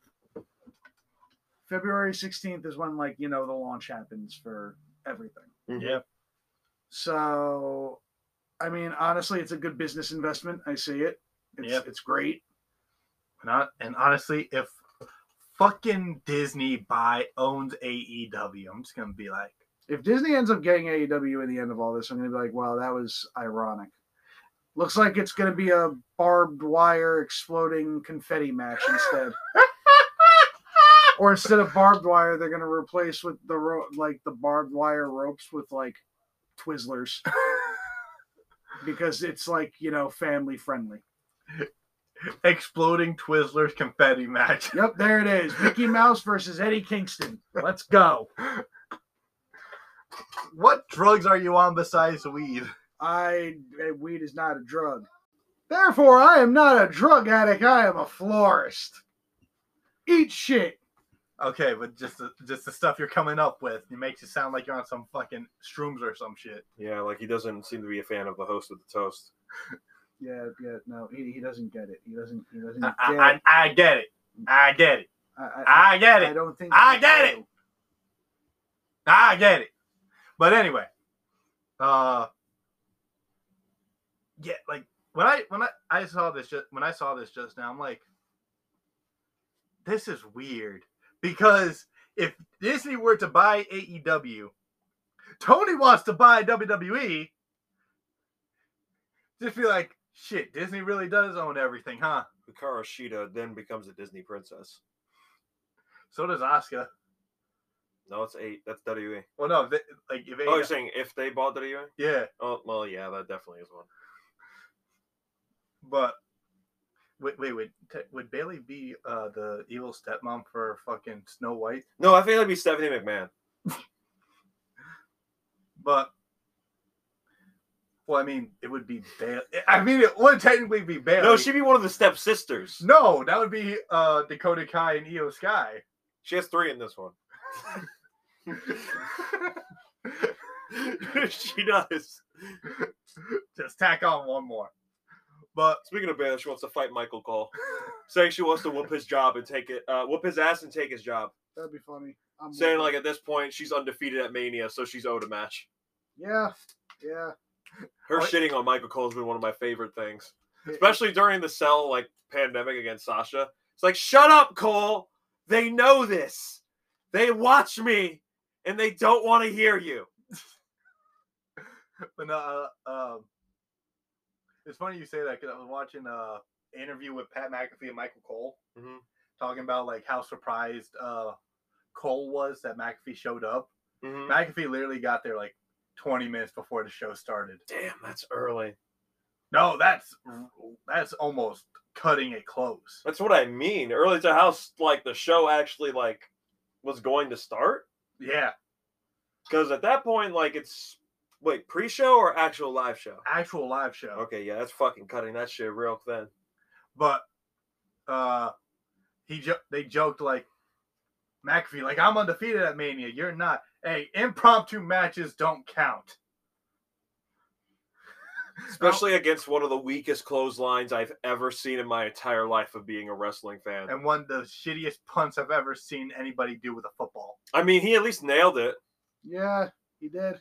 [SPEAKER 1] February 16th is when, like, you know, the launch happens for everything.
[SPEAKER 3] Yep.
[SPEAKER 1] So, I mean, honestly, it's a good business investment. I see it. It's,
[SPEAKER 3] Yep.
[SPEAKER 1] it's great.
[SPEAKER 3] Not and honestly, if fucking Disney buy owns AEW, I'm just gonna be like,
[SPEAKER 1] If Disney ends up getting AEW in the end of all this, I'm going to be like, wow, that was ironic. Looks like it's going to be a barbed wire exploding confetti match instead. or instead of barbed wire, they're going to replace with the ro- like the barbed wire ropes with like Twizzlers because it's like, you know, family friendly.
[SPEAKER 3] exploding Twizzlers confetti match.
[SPEAKER 1] Yep, there it is. Mickey Mouse versus Eddie Kingston. Let's go.
[SPEAKER 3] What drugs are you on besides weed?
[SPEAKER 1] I eh, weed is not a drug. Therefore, I am not a drug addict. I am a florist. Eat shit.
[SPEAKER 3] Okay, but just the, just the stuff you're coming up with, it makes you sound like you're on some fucking shrooms or some shit.
[SPEAKER 2] Yeah, like he doesn't seem to be a fan of the host of the toast.
[SPEAKER 1] Yeah, yeah. No, he, he doesn't get it. He doesn't. He doesn't
[SPEAKER 3] I,
[SPEAKER 1] get.
[SPEAKER 3] I, I, I get it. I get it.
[SPEAKER 1] I, I,
[SPEAKER 3] I get
[SPEAKER 1] I
[SPEAKER 3] it.
[SPEAKER 1] don't think.
[SPEAKER 3] I
[SPEAKER 1] you
[SPEAKER 3] get
[SPEAKER 1] do.
[SPEAKER 3] I get it. But anyway, uh, yeah, like when I when I, I saw this just when I saw this just now, I'm like, this is weird because if Disney were to buy AEW, Tony wants to buy WWE. Just be like, shit, Disney really does own everything, huh?
[SPEAKER 2] Karoshita then becomes a Disney princess.
[SPEAKER 3] So does Oscar.
[SPEAKER 2] No, it's eight. That's WWE.
[SPEAKER 3] Well, no, they, like if
[SPEAKER 2] Oh, you're
[SPEAKER 3] AEW,
[SPEAKER 2] saying if they bought WWE?
[SPEAKER 3] yeah.
[SPEAKER 2] Oh, well, yeah, that definitely is one.
[SPEAKER 3] But wait, wait, wait. T- would Bailey be uh, the evil stepmom for fucking Snow White?
[SPEAKER 2] No, I think that'd be Stephanie McMahon.
[SPEAKER 3] But well, I mean, it would be Bailey. I mean, it would technically be Bailey.
[SPEAKER 2] No, she'd be one of the stepsisters.
[SPEAKER 3] No, that would be uh, Dakota Kai and Io Sky.
[SPEAKER 2] She has three in this one. she does.
[SPEAKER 3] Just tack on one more. But
[SPEAKER 2] Speaking of Baylor, she wants to fight Michael Cole, saying she wants to whoop his job and take it, uh, whoop his ass and take his job.
[SPEAKER 1] That'd be funny. I'm
[SPEAKER 2] Saying
[SPEAKER 1] with
[SPEAKER 2] like
[SPEAKER 1] it.
[SPEAKER 2] at this point she's undefeated at Mania, so she's owed a match.
[SPEAKER 1] Yeah, yeah.
[SPEAKER 2] Her
[SPEAKER 3] Oh, it-
[SPEAKER 2] shitting on Michael Cole's been one of my favorite things, especially during the cell like pandemic against Sasha. It's like, shut up, Cole. They know this. They watch me, and they don't want to hear you.
[SPEAKER 3] but no, uh, um, it's funny you say that because I was watching uh, an interview with Pat McAfee and Michael Cole.
[SPEAKER 2] Mhm.
[SPEAKER 3] talking about like how surprised uh Cole was that McAfee showed up.
[SPEAKER 2] Mhm.
[SPEAKER 3] McAfee literally got there like 20 minutes before the show started.
[SPEAKER 2] Damn, that's early.
[SPEAKER 3] No, that's that's almost cutting it close.
[SPEAKER 2] That's what I mean. Early to how like the show actually like was going to start.
[SPEAKER 3] Yeah,
[SPEAKER 2] Because at that point, like it's wait pre-show or actual live show.
[SPEAKER 3] actual live show.
[SPEAKER 2] Okay, yeah, that's fucking cutting that shit real thin.
[SPEAKER 3] But uh he jo- they joked like McAfee like I'm undefeated at Mania. You're not. Hey, impromptu matches don't count.
[SPEAKER 2] Especially against one of the weakest clotheslines I've ever seen in my entire life of being a wrestling fan.
[SPEAKER 3] And one of the shittiest punts I've ever seen anybody do with a football.
[SPEAKER 2] I mean, he at least nailed it,
[SPEAKER 1] Yeah, he did.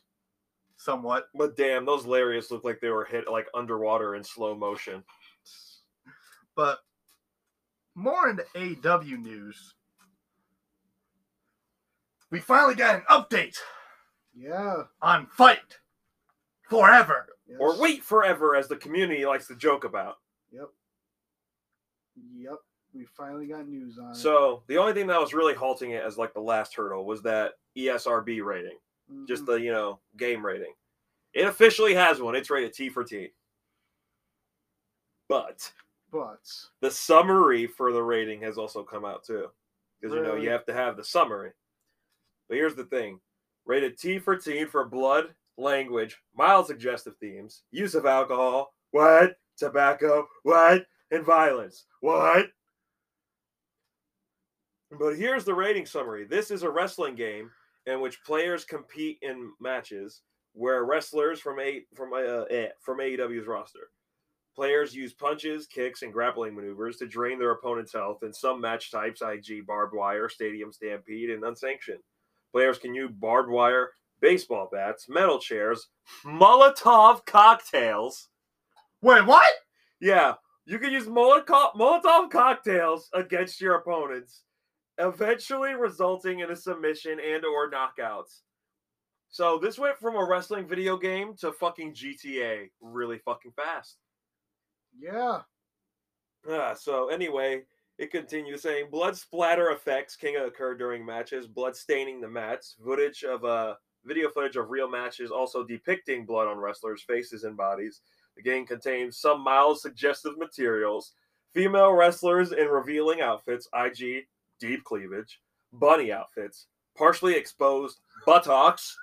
[SPEAKER 3] Somewhat.
[SPEAKER 2] but damn, those lariats looked like they were hit like underwater in slow motion.
[SPEAKER 3] But more into AW news. We finally got an update
[SPEAKER 1] Yeah.
[SPEAKER 3] on Fight Forever.
[SPEAKER 1] yes.
[SPEAKER 2] Or wait forever, as the community likes to joke about.
[SPEAKER 1] Yep. Yep. We finally got news on it.
[SPEAKER 2] So the only thing that was really halting it as like the last hurdle was that E ESRB rating, just
[SPEAKER 1] Mhm.
[SPEAKER 2] the you know game rating. It officially has one. It's rated T for T. But
[SPEAKER 1] buts.
[SPEAKER 2] the summary for the rating has also come out too, because you know
[SPEAKER 1] Really?
[SPEAKER 2] you have to have the summary. But here's the thing: rated T for T for blood, language, mild suggestive themes, use of alcohol, what, tobacco, what, and violence, what. But here's the rating summary. This is a wrestling game in which players compete in matches where wrestlers from a from a eh, from AEW's roster. Players use punches, kicks, and grappling maneuvers to drain their opponent's health in some match types, IG barbed wire, stadium stampede, and unsanctioned. Players can use barbed wire, baseball bats, metal chairs, Molotov cocktails.
[SPEAKER 3] Wait, what?
[SPEAKER 2] Yeah, you can use Molotov, Molotov cocktails against your opponents, eventually resulting in a submission and or knockouts. So this went from a wrestling video game to fucking GTA really fucking fast.
[SPEAKER 1] Yeah.
[SPEAKER 2] Ah, so anyway, it continues saying blood splatter effects can occur during matches, blood staining the mats, footage of uh, video footage of real matches also depicting blood on wrestlers' faces and bodies. The game contains some mild suggestive materials, female wrestlers in revealing outfits, IG deep cleavage, bunny outfits, partially exposed buttocks,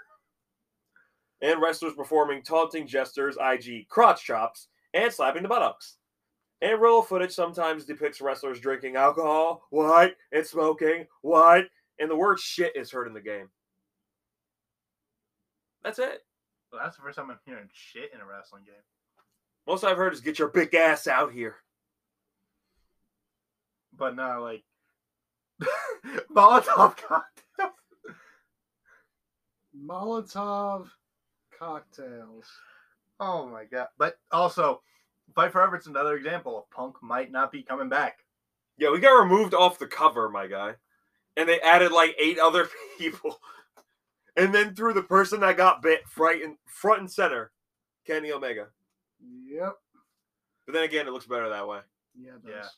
[SPEAKER 2] and wrestlers performing taunting gestures, IG crotch chops, and slapping the buttocks. And roll footage sometimes depicts wrestlers drinking alcohol, what, and smoking, what, and the word shit is heard in the game. That's it.
[SPEAKER 3] Well, that's the first time I'm hearing shit in a wrestling game.
[SPEAKER 2] Most I've heard is get your big ass out here.
[SPEAKER 3] But now, like Molotov cocktail.
[SPEAKER 1] Molotov cocktails.
[SPEAKER 3] Oh my god! But also, Fight Forever's another example of Punk might not be coming back.
[SPEAKER 2] Yeah, we got removed off the cover, my guy. And they added like eight other people. And then threw the person that got bit fright and front and center, Kenny Omega.
[SPEAKER 1] Yep.
[SPEAKER 2] But then again, it looks better that way.
[SPEAKER 1] Yeah. it
[SPEAKER 3] Yeah.
[SPEAKER 1] does.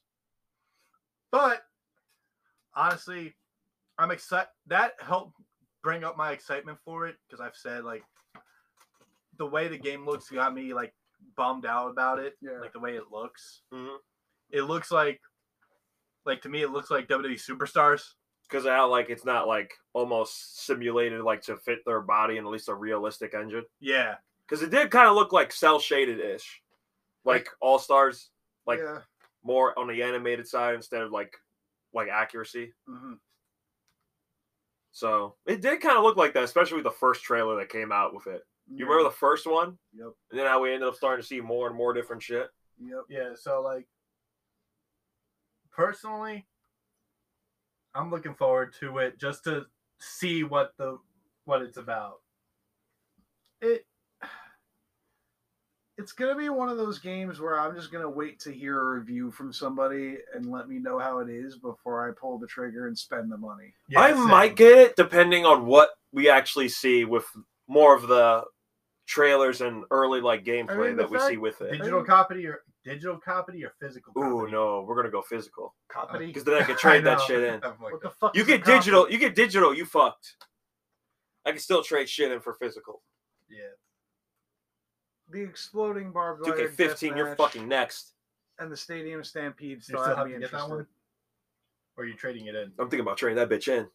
[SPEAKER 3] But honestly, I'm excited. That helped bring up my excitement for it because I've said like the way the game looks got me like bummed out about it.
[SPEAKER 1] Yeah.
[SPEAKER 3] Like the way it looks,
[SPEAKER 2] Mhm.
[SPEAKER 3] it looks like like to me it looks like WWE superstars.
[SPEAKER 2] Because how like it's not like almost simulated like to fit their body in at least a realistic engine.
[SPEAKER 3] Yeah,
[SPEAKER 2] Because it did kind of look like cell shaded ish, like All Stars, like
[SPEAKER 1] yeah.
[SPEAKER 2] more on the animated side instead of like like accuracy.
[SPEAKER 1] Mhm.
[SPEAKER 2] So it did kind of look like that, especially with the first trailer that came out with it. You
[SPEAKER 1] Yeah.
[SPEAKER 2] remember the first one?
[SPEAKER 1] Yep.
[SPEAKER 2] And then how we ended up starting to see more and more different shit.
[SPEAKER 1] Yep.
[SPEAKER 3] yeah. So like personally, I'm looking forward to it just to see what the what it's about.
[SPEAKER 1] It. It's gonna be one of those games where I'm just gonna wait to hear a review from somebody and let me know how it is before I pull the trigger and spend the money.
[SPEAKER 2] I
[SPEAKER 3] same.
[SPEAKER 2] might get it depending on what we actually see with more of the trailers and early like gameplay
[SPEAKER 1] the
[SPEAKER 2] that we
[SPEAKER 1] fact-
[SPEAKER 2] see with it.
[SPEAKER 3] digital copy or digital copy or physical.
[SPEAKER 2] Ooh
[SPEAKER 3] copy?
[SPEAKER 2] no, we're gonna go physical
[SPEAKER 1] Copy.
[SPEAKER 2] because then I could trade that
[SPEAKER 3] know.
[SPEAKER 2] shit in.
[SPEAKER 3] I'm like,
[SPEAKER 1] Uh, What the fuck?
[SPEAKER 2] You
[SPEAKER 1] is a
[SPEAKER 2] get digital,
[SPEAKER 1] copy?
[SPEAKER 2] you get digital, you fucked. I can still trade shit in for physical.
[SPEAKER 3] yeah.
[SPEAKER 1] The exploding barbed wire.
[SPEAKER 2] 2K15, you're
[SPEAKER 1] deathmatch
[SPEAKER 2] fucking next.
[SPEAKER 1] And the stadium stampede
[SPEAKER 3] You
[SPEAKER 1] still,
[SPEAKER 3] still
[SPEAKER 1] have
[SPEAKER 3] have
[SPEAKER 1] me
[SPEAKER 3] to get
[SPEAKER 1] interested.
[SPEAKER 3] that one, or are you trading it in
[SPEAKER 2] I'm thinking about trading that bitch in. Uh,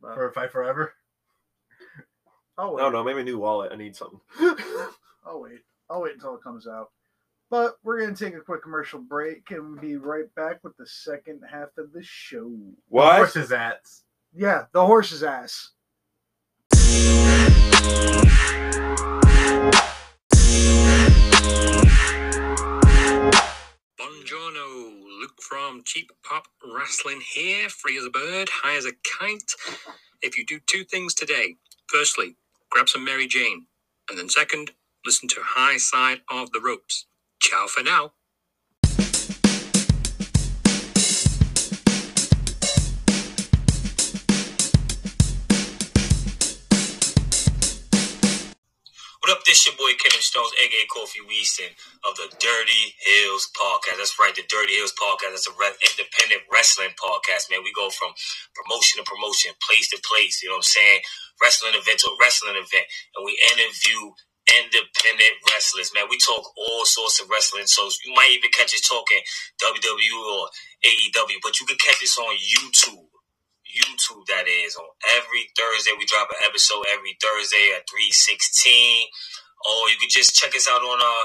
[SPEAKER 1] but-
[SPEAKER 3] for Fight Forever?
[SPEAKER 1] oh
[SPEAKER 2] I
[SPEAKER 1] wait.
[SPEAKER 2] don't know, maybe a new wallet. I need something.
[SPEAKER 1] I'll wait. I'll wait until it comes out. But we're going to take a quick commercial break and we'll be right back with the second half of the show.
[SPEAKER 2] What?
[SPEAKER 3] Horses ads.
[SPEAKER 1] Yeah, the horse's ass.
[SPEAKER 5] Buongiorno, Luke from Cheap Pop Wrestling here, free as a bird, high as a kite. If you do two things today, firstly, grab some Mary Jane, and then second, listen to High Side of the Ropes. Ciao for now. What up, this It's your boy Kevin Stones, aka Kofi Weaston of the Dirty Hills Podcast. That's right, the Dirty Hills Podcast. That's a re- independent wrestling podcast, man. We go from promotion to promotion, place to place. You know what I'm saying? Wrestling event to wrestling event, and we interview independent wrestlers, man. We talk all sorts of wrestling, so you might even catch us talking WWE or AEW, but you can catch us on YouTube. YouTube, that is, on every Thursday. We drop an episode every Thursday at 316. Or you can just check us out on uh,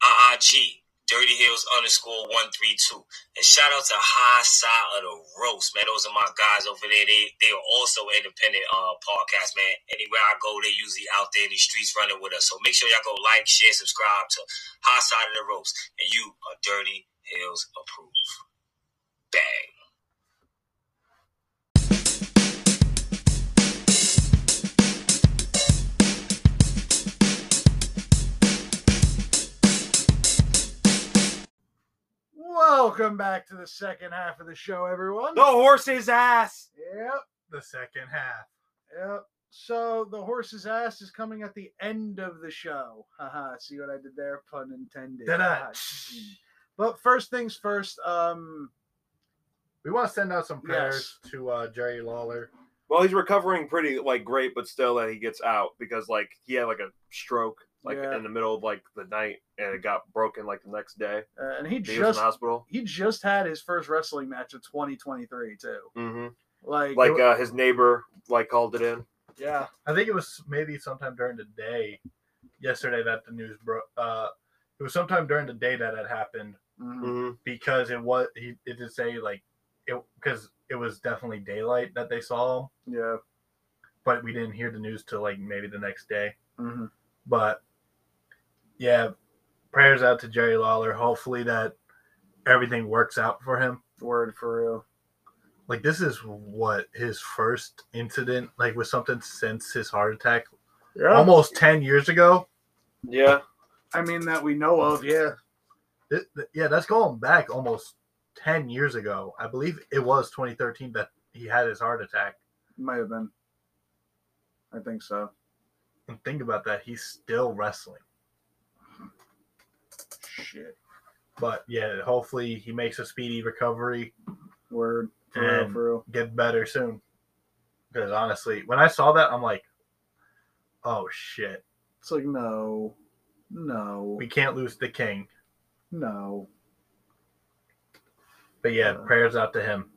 [SPEAKER 5] IIG, Dirty Hills underscore 132. And shout out to High Side of the Roast, man. Those are my guys over there. They they are also independent uh, podcast, man. Anywhere I go, they usually out there in these streets running with us. So make sure y'all go like, share, subscribe to High Side of the Roast. And you are Dirty Hills approved. Bang.
[SPEAKER 1] Welcome back to the second half of the show, everyone.
[SPEAKER 2] The horse's ass.
[SPEAKER 1] Yep.
[SPEAKER 3] The second half.
[SPEAKER 1] Yep. So the horse's ass is coming at the end of the show. Haha. See what I did there? Pun intended.
[SPEAKER 3] Did I?
[SPEAKER 1] Haha. But first things first. Um.
[SPEAKER 3] We want to send out some prayers to uh, Jerry Lawler.
[SPEAKER 2] Well, he's recovering pretty like great, but still that he gets out because like he had like a stroke like
[SPEAKER 1] Yeah.
[SPEAKER 2] in the middle of like the night and it got broken like the next day.
[SPEAKER 1] uh, and he
[SPEAKER 2] He was
[SPEAKER 1] just
[SPEAKER 2] in the hospital.
[SPEAKER 1] he just had his first wrestling match of 2023 too.
[SPEAKER 2] hmm
[SPEAKER 1] Like,
[SPEAKER 2] Like uh, his neighbor like called it in.
[SPEAKER 1] yeah.
[SPEAKER 3] I think it was maybe sometime during the day yesterday that the news broke. Uh, it was sometime during the day that it happened
[SPEAKER 1] Mhm.
[SPEAKER 2] hmm
[SPEAKER 3] because it was he it did say like it because it was definitely daylight that they saw him,
[SPEAKER 1] Yeah.
[SPEAKER 3] but we didn't hear the news till like maybe the next day.
[SPEAKER 1] hmm
[SPEAKER 3] But yeah, prayers out to Jerry Lawler. Hopefully that everything works out for him.
[SPEAKER 1] Word for real.
[SPEAKER 3] Like this is what his first incident like with something since his heart attack
[SPEAKER 1] Yeah.
[SPEAKER 3] almost ten years ago.
[SPEAKER 2] Yeah.
[SPEAKER 1] I mean that we know of. Yeah.
[SPEAKER 3] Th- th- yeah, that's going back almost ten years ago. I believe it was 2013 that he had his heart attack.
[SPEAKER 1] Might have been. I think so.
[SPEAKER 3] And think about that, he's still wrestling.
[SPEAKER 1] Shit.
[SPEAKER 3] But yeah, hopefully he makes a speedy recovery,
[SPEAKER 1] Word. For real.
[SPEAKER 3] And-
[SPEAKER 1] For real.
[SPEAKER 3] get better soon. Because honestly, when I saw that, I'm like, oh shit,
[SPEAKER 1] It's like no, no,
[SPEAKER 3] we can't lose the king.
[SPEAKER 1] no.
[SPEAKER 3] But yeah,
[SPEAKER 1] Uh.
[SPEAKER 3] prayers out to him.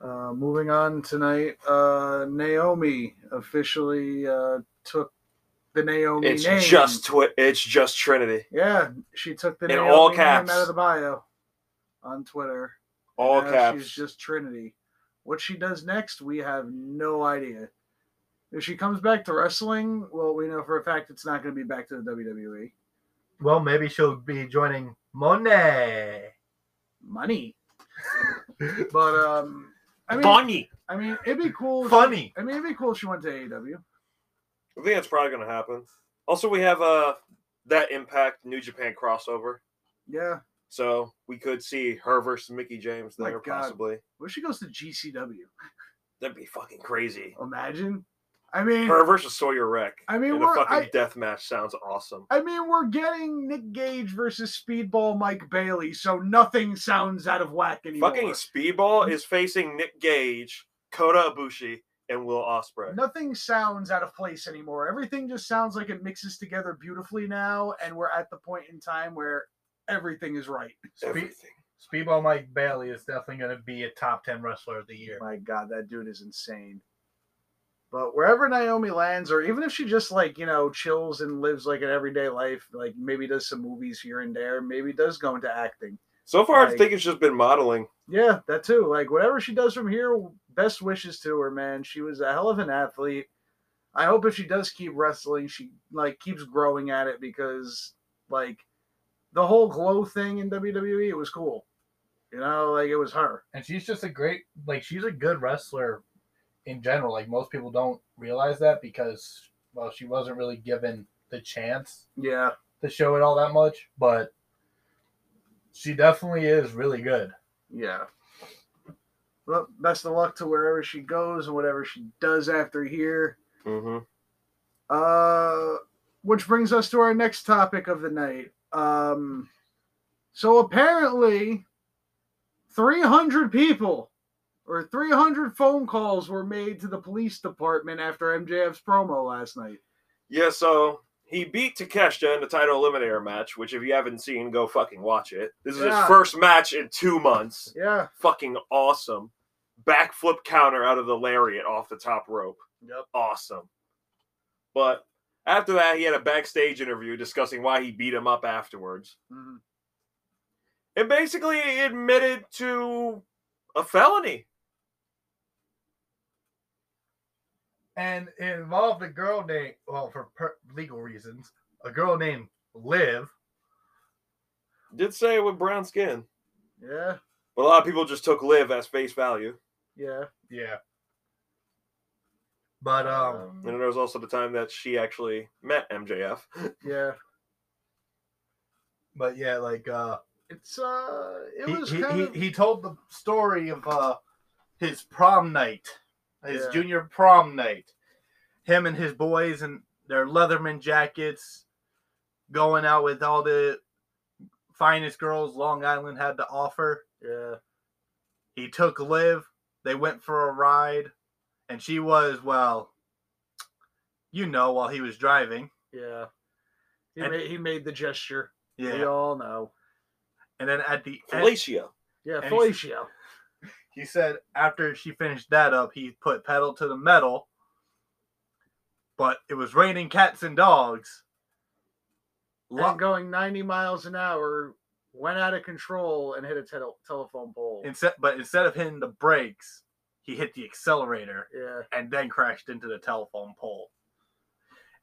[SPEAKER 1] Uh, moving on tonight, uh, Naomi officially uh, took the Naomi
[SPEAKER 2] It's
[SPEAKER 1] name.
[SPEAKER 2] just twi- it's just Trinity.
[SPEAKER 1] yeah, she took the
[SPEAKER 2] In
[SPEAKER 1] Naomi
[SPEAKER 2] all
[SPEAKER 1] name out
[SPEAKER 2] caps.
[SPEAKER 1] of the bio on Twitter.
[SPEAKER 2] All
[SPEAKER 1] Now
[SPEAKER 2] caps.
[SPEAKER 1] She's just Trinity. What she does next, we have no idea. If she comes back to wrestling, well, we know for a fact it's not going to be back to the E. WWE.
[SPEAKER 3] Well, maybe she'll be joining Monet.
[SPEAKER 1] Money, but um, I mean,
[SPEAKER 2] Bonnie.
[SPEAKER 1] I mean, it'd be cool. if-
[SPEAKER 3] Funny.
[SPEAKER 1] I mean, it'd be cool if she went to E AEW.
[SPEAKER 2] I think that's probably gonna happen. Also, we have uh that Impact New Japan crossover,
[SPEAKER 1] Yeah.
[SPEAKER 2] so we could see her versus Mickey James
[SPEAKER 1] My
[SPEAKER 2] there
[SPEAKER 1] God.
[SPEAKER 2] possibly.
[SPEAKER 1] What if she goes to GCW?
[SPEAKER 2] That'd be fucking crazy.
[SPEAKER 1] Imagine. I mean,
[SPEAKER 2] Her versus Sawyer Wreck.
[SPEAKER 1] I mean,
[SPEAKER 2] in a
[SPEAKER 1] we're-
[SPEAKER 2] fucking
[SPEAKER 1] I-
[SPEAKER 2] death match sounds awesome.
[SPEAKER 1] I mean, we're getting Nick Gage versus Speedball Mike Bailey, so nothing sounds out of whack anymore.
[SPEAKER 2] Fucking Speedball is facing Nick Gage, Kota Ibushi, and Will Ospreay.
[SPEAKER 1] nothing sounds out of place anymore. Everything just sounds like it mixes together beautifully now, and we're at the point in time where everything is right.
[SPEAKER 3] Spe-
[SPEAKER 2] Everything.
[SPEAKER 3] Speedball Mike Bailey is definitely going to be a top 10 wrestler of the year.
[SPEAKER 1] My God, that dude is insane. But wherever Naomi lands, or even if she just like you know chills and lives like an everyday life, like maybe does some movies here and there, maybe does go into acting.
[SPEAKER 2] So far, I
[SPEAKER 1] Like-
[SPEAKER 2] think it's just been modeling.
[SPEAKER 1] Yeah, that too. Like whatever she does from here, best wishes to her, man. She was a hell of an athlete. I hope if she does keep wrestling, she like keeps growing at it because like the whole glow thing in WWE it was cool. You know, like it was her.
[SPEAKER 3] and she's just a great like she's a good wrestler in general like most people don't realize that because well she wasn't really given the chance
[SPEAKER 1] Yeah.
[SPEAKER 3] to show it all that much but she definitely is really good
[SPEAKER 1] Yeah. Well, best of luck to wherever she goes and whatever she does after here.
[SPEAKER 2] Mm-hmm.
[SPEAKER 1] Uh which brings us to our next topic of the night. Um, so apparently, 300 people or 300 phone calls were made to the police department after MJF's promo last night.
[SPEAKER 2] Yeah, so he beat Takeshita in the title eliminator match, which if you haven't seen, go fucking watch it. This is
[SPEAKER 1] Yeah.
[SPEAKER 2] his first match in two months.
[SPEAKER 1] Yeah.
[SPEAKER 2] Fucking awesome. Backflip counter out of the lariat off the top rope.
[SPEAKER 1] Yep.
[SPEAKER 2] Awesome. But after that, he had a backstage interview discussing why he beat him up afterwards.
[SPEAKER 1] Mhm.
[SPEAKER 2] And basically admitted to a felony.
[SPEAKER 4] and it involved a girl named well for per- legal reasons a girl named liv
[SPEAKER 2] Did say it with brown skin.
[SPEAKER 1] Yeah.
[SPEAKER 2] But a lot of people just took live as face value.
[SPEAKER 1] Yeah.
[SPEAKER 4] yeah but um
[SPEAKER 2] And there was also the time that she actually met MJF.
[SPEAKER 1] Yeah.
[SPEAKER 4] but yeah like uh
[SPEAKER 1] It's uh it
[SPEAKER 3] He,
[SPEAKER 1] was
[SPEAKER 3] he,
[SPEAKER 1] kind
[SPEAKER 3] he,
[SPEAKER 1] of
[SPEAKER 3] he told the story of uh, his prom night, his
[SPEAKER 1] Yeah.
[SPEAKER 3] junior prom night. Him and his boys in their Leatherman jackets, going out with all the finest girls Long Island had to offer.
[SPEAKER 1] yeah.
[SPEAKER 3] He took Liv. They went for a ride, and she was well, you know, while he was driving.
[SPEAKER 1] Yeah. He
[SPEAKER 3] And-
[SPEAKER 1] made he made the gesture. We
[SPEAKER 3] Yeah.
[SPEAKER 1] all know.
[SPEAKER 3] And then at the end,
[SPEAKER 2] Felicia.
[SPEAKER 1] Yeah,
[SPEAKER 3] And he-
[SPEAKER 1] Felicio.
[SPEAKER 3] he said after she finished that up, he put pedal to the metal. But it was raining cats and dogs. Lo-
[SPEAKER 1] And going 90 miles an hour, went out of control and hit a tel- telephone pole.
[SPEAKER 3] instead, but instead of hitting the brakes, he hit the accelerator
[SPEAKER 1] yeah.
[SPEAKER 3] and then crashed into the telephone pole.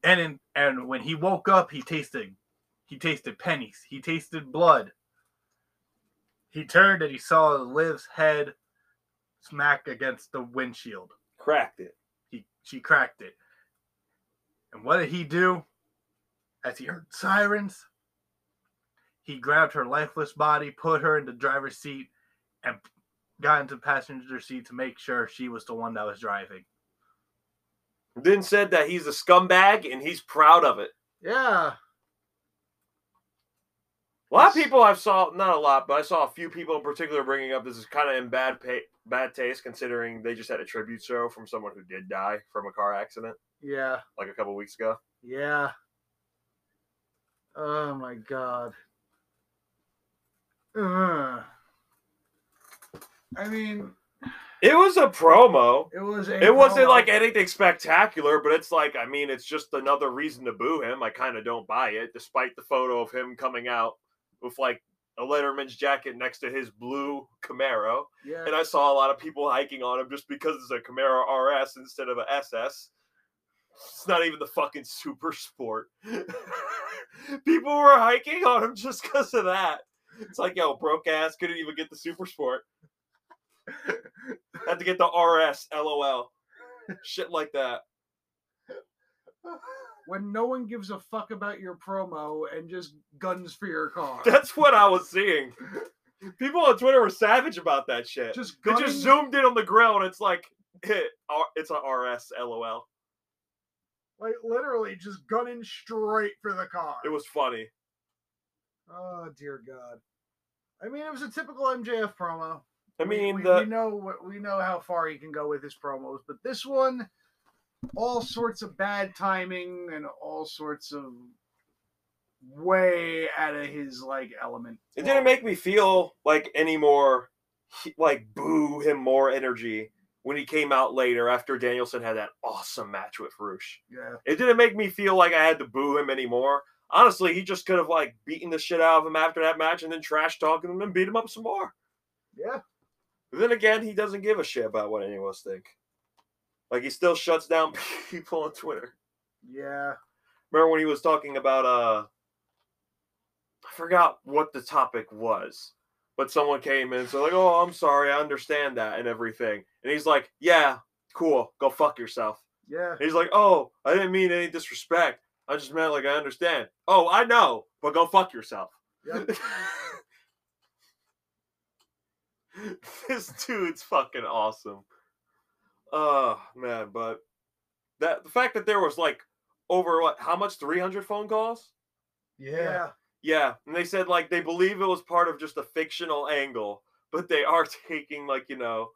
[SPEAKER 3] And in, and when he woke up, he tasted he tasted pennies. He tasted blood. He turned and he saw Liv's head smack against the windshield.
[SPEAKER 2] Cracked it.
[SPEAKER 3] He she cracked it. And what did he do? As he heard sirens, he grabbed her lifeless body, put her in the driver's seat, and got into passenger seat to make sure she was the one that was driving.
[SPEAKER 2] Then said that he's a scumbag and he's proud of it.
[SPEAKER 1] Yeah.
[SPEAKER 2] A lot of
[SPEAKER 1] Yes.
[SPEAKER 2] people I've saw, not a lot, but I saw a few people in particular bringing up this is kind of in bad pa bad taste considering they just had a tribute show from someone who did die from a car accident
[SPEAKER 1] Yeah.
[SPEAKER 2] like a couple weeks ago.
[SPEAKER 1] Yeah. Oh my god. Ugh. I mean,
[SPEAKER 2] It was a promo.
[SPEAKER 1] it was. A
[SPEAKER 2] It wasn't
[SPEAKER 1] promo.
[SPEAKER 2] like anything spectacular, but it's like, I mean, it's just another reason to boo him. I kind of don't buy it, despite the photo of him coming out with like a Letterman's jacket next to his blue Camaro.
[SPEAKER 1] Yeah.
[SPEAKER 2] and I saw a lot of people hiking on him just because it's a Camaro RS instead of a SS. It's not even the fucking super sport. people were hiking on him just because of that. It's like, yo, broke ass couldn't even get the super sport. Had to get the RS, lol. Shit like that.
[SPEAKER 1] when no one gives a fuck about your promo and just guns for your car.
[SPEAKER 2] That's what I was seeing. People on Twitter were savage about that shit.
[SPEAKER 1] just
[SPEAKER 2] they
[SPEAKER 1] gunning.
[SPEAKER 2] just zoomed in on the grill and it's like, it's a RS, lol.
[SPEAKER 1] like literally just gunning straight for the car.
[SPEAKER 2] It was funny.
[SPEAKER 1] Oh dear God. I mean, it was a typical MJF promo.
[SPEAKER 2] I
[SPEAKER 1] We-
[SPEAKER 2] mean,
[SPEAKER 1] we,
[SPEAKER 2] the
[SPEAKER 1] we know what we know how far he can go with his promos, but this one, all sorts of bad timing and all sorts of way out of his like element.
[SPEAKER 2] it didn't make me feel like any more like boo him more energy when he came out later after Danielson had that awesome match with Roosh.
[SPEAKER 1] Yeah,
[SPEAKER 2] It didn't make me feel like I had to boo him anymore. Honestly, he just could have like beaten the shit out of him after that match and then trash talking him and beat him up some more.
[SPEAKER 1] yeah,
[SPEAKER 2] But then again, he doesn't give a shit about what anyone's think. Like he still shuts down people on Twitter.
[SPEAKER 1] yeah.
[SPEAKER 2] Remember when he was talking about uh I forgot what the topic was, but someone came in and said, like, oh, I'm sorry, I understand that and everything. And he's like, Yeah, cool, go fuck yourself.
[SPEAKER 1] Yeah,
[SPEAKER 2] And he's like, Oh, I didn't mean any disrespect. I just meant like I understand. Oh, I know, but go fuck yourself.
[SPEAKER 1] Yeah.
[SPEAKER 2] this dude's fucking awesome. Oh man, but that the fact that there was like over what? How much? Three hundred phone calls?
[SPEAKER 4] Yeah.
[SPEAKER 2] Yeah, and they said like they believe it was part of just a fictional angle, but they are taking like you know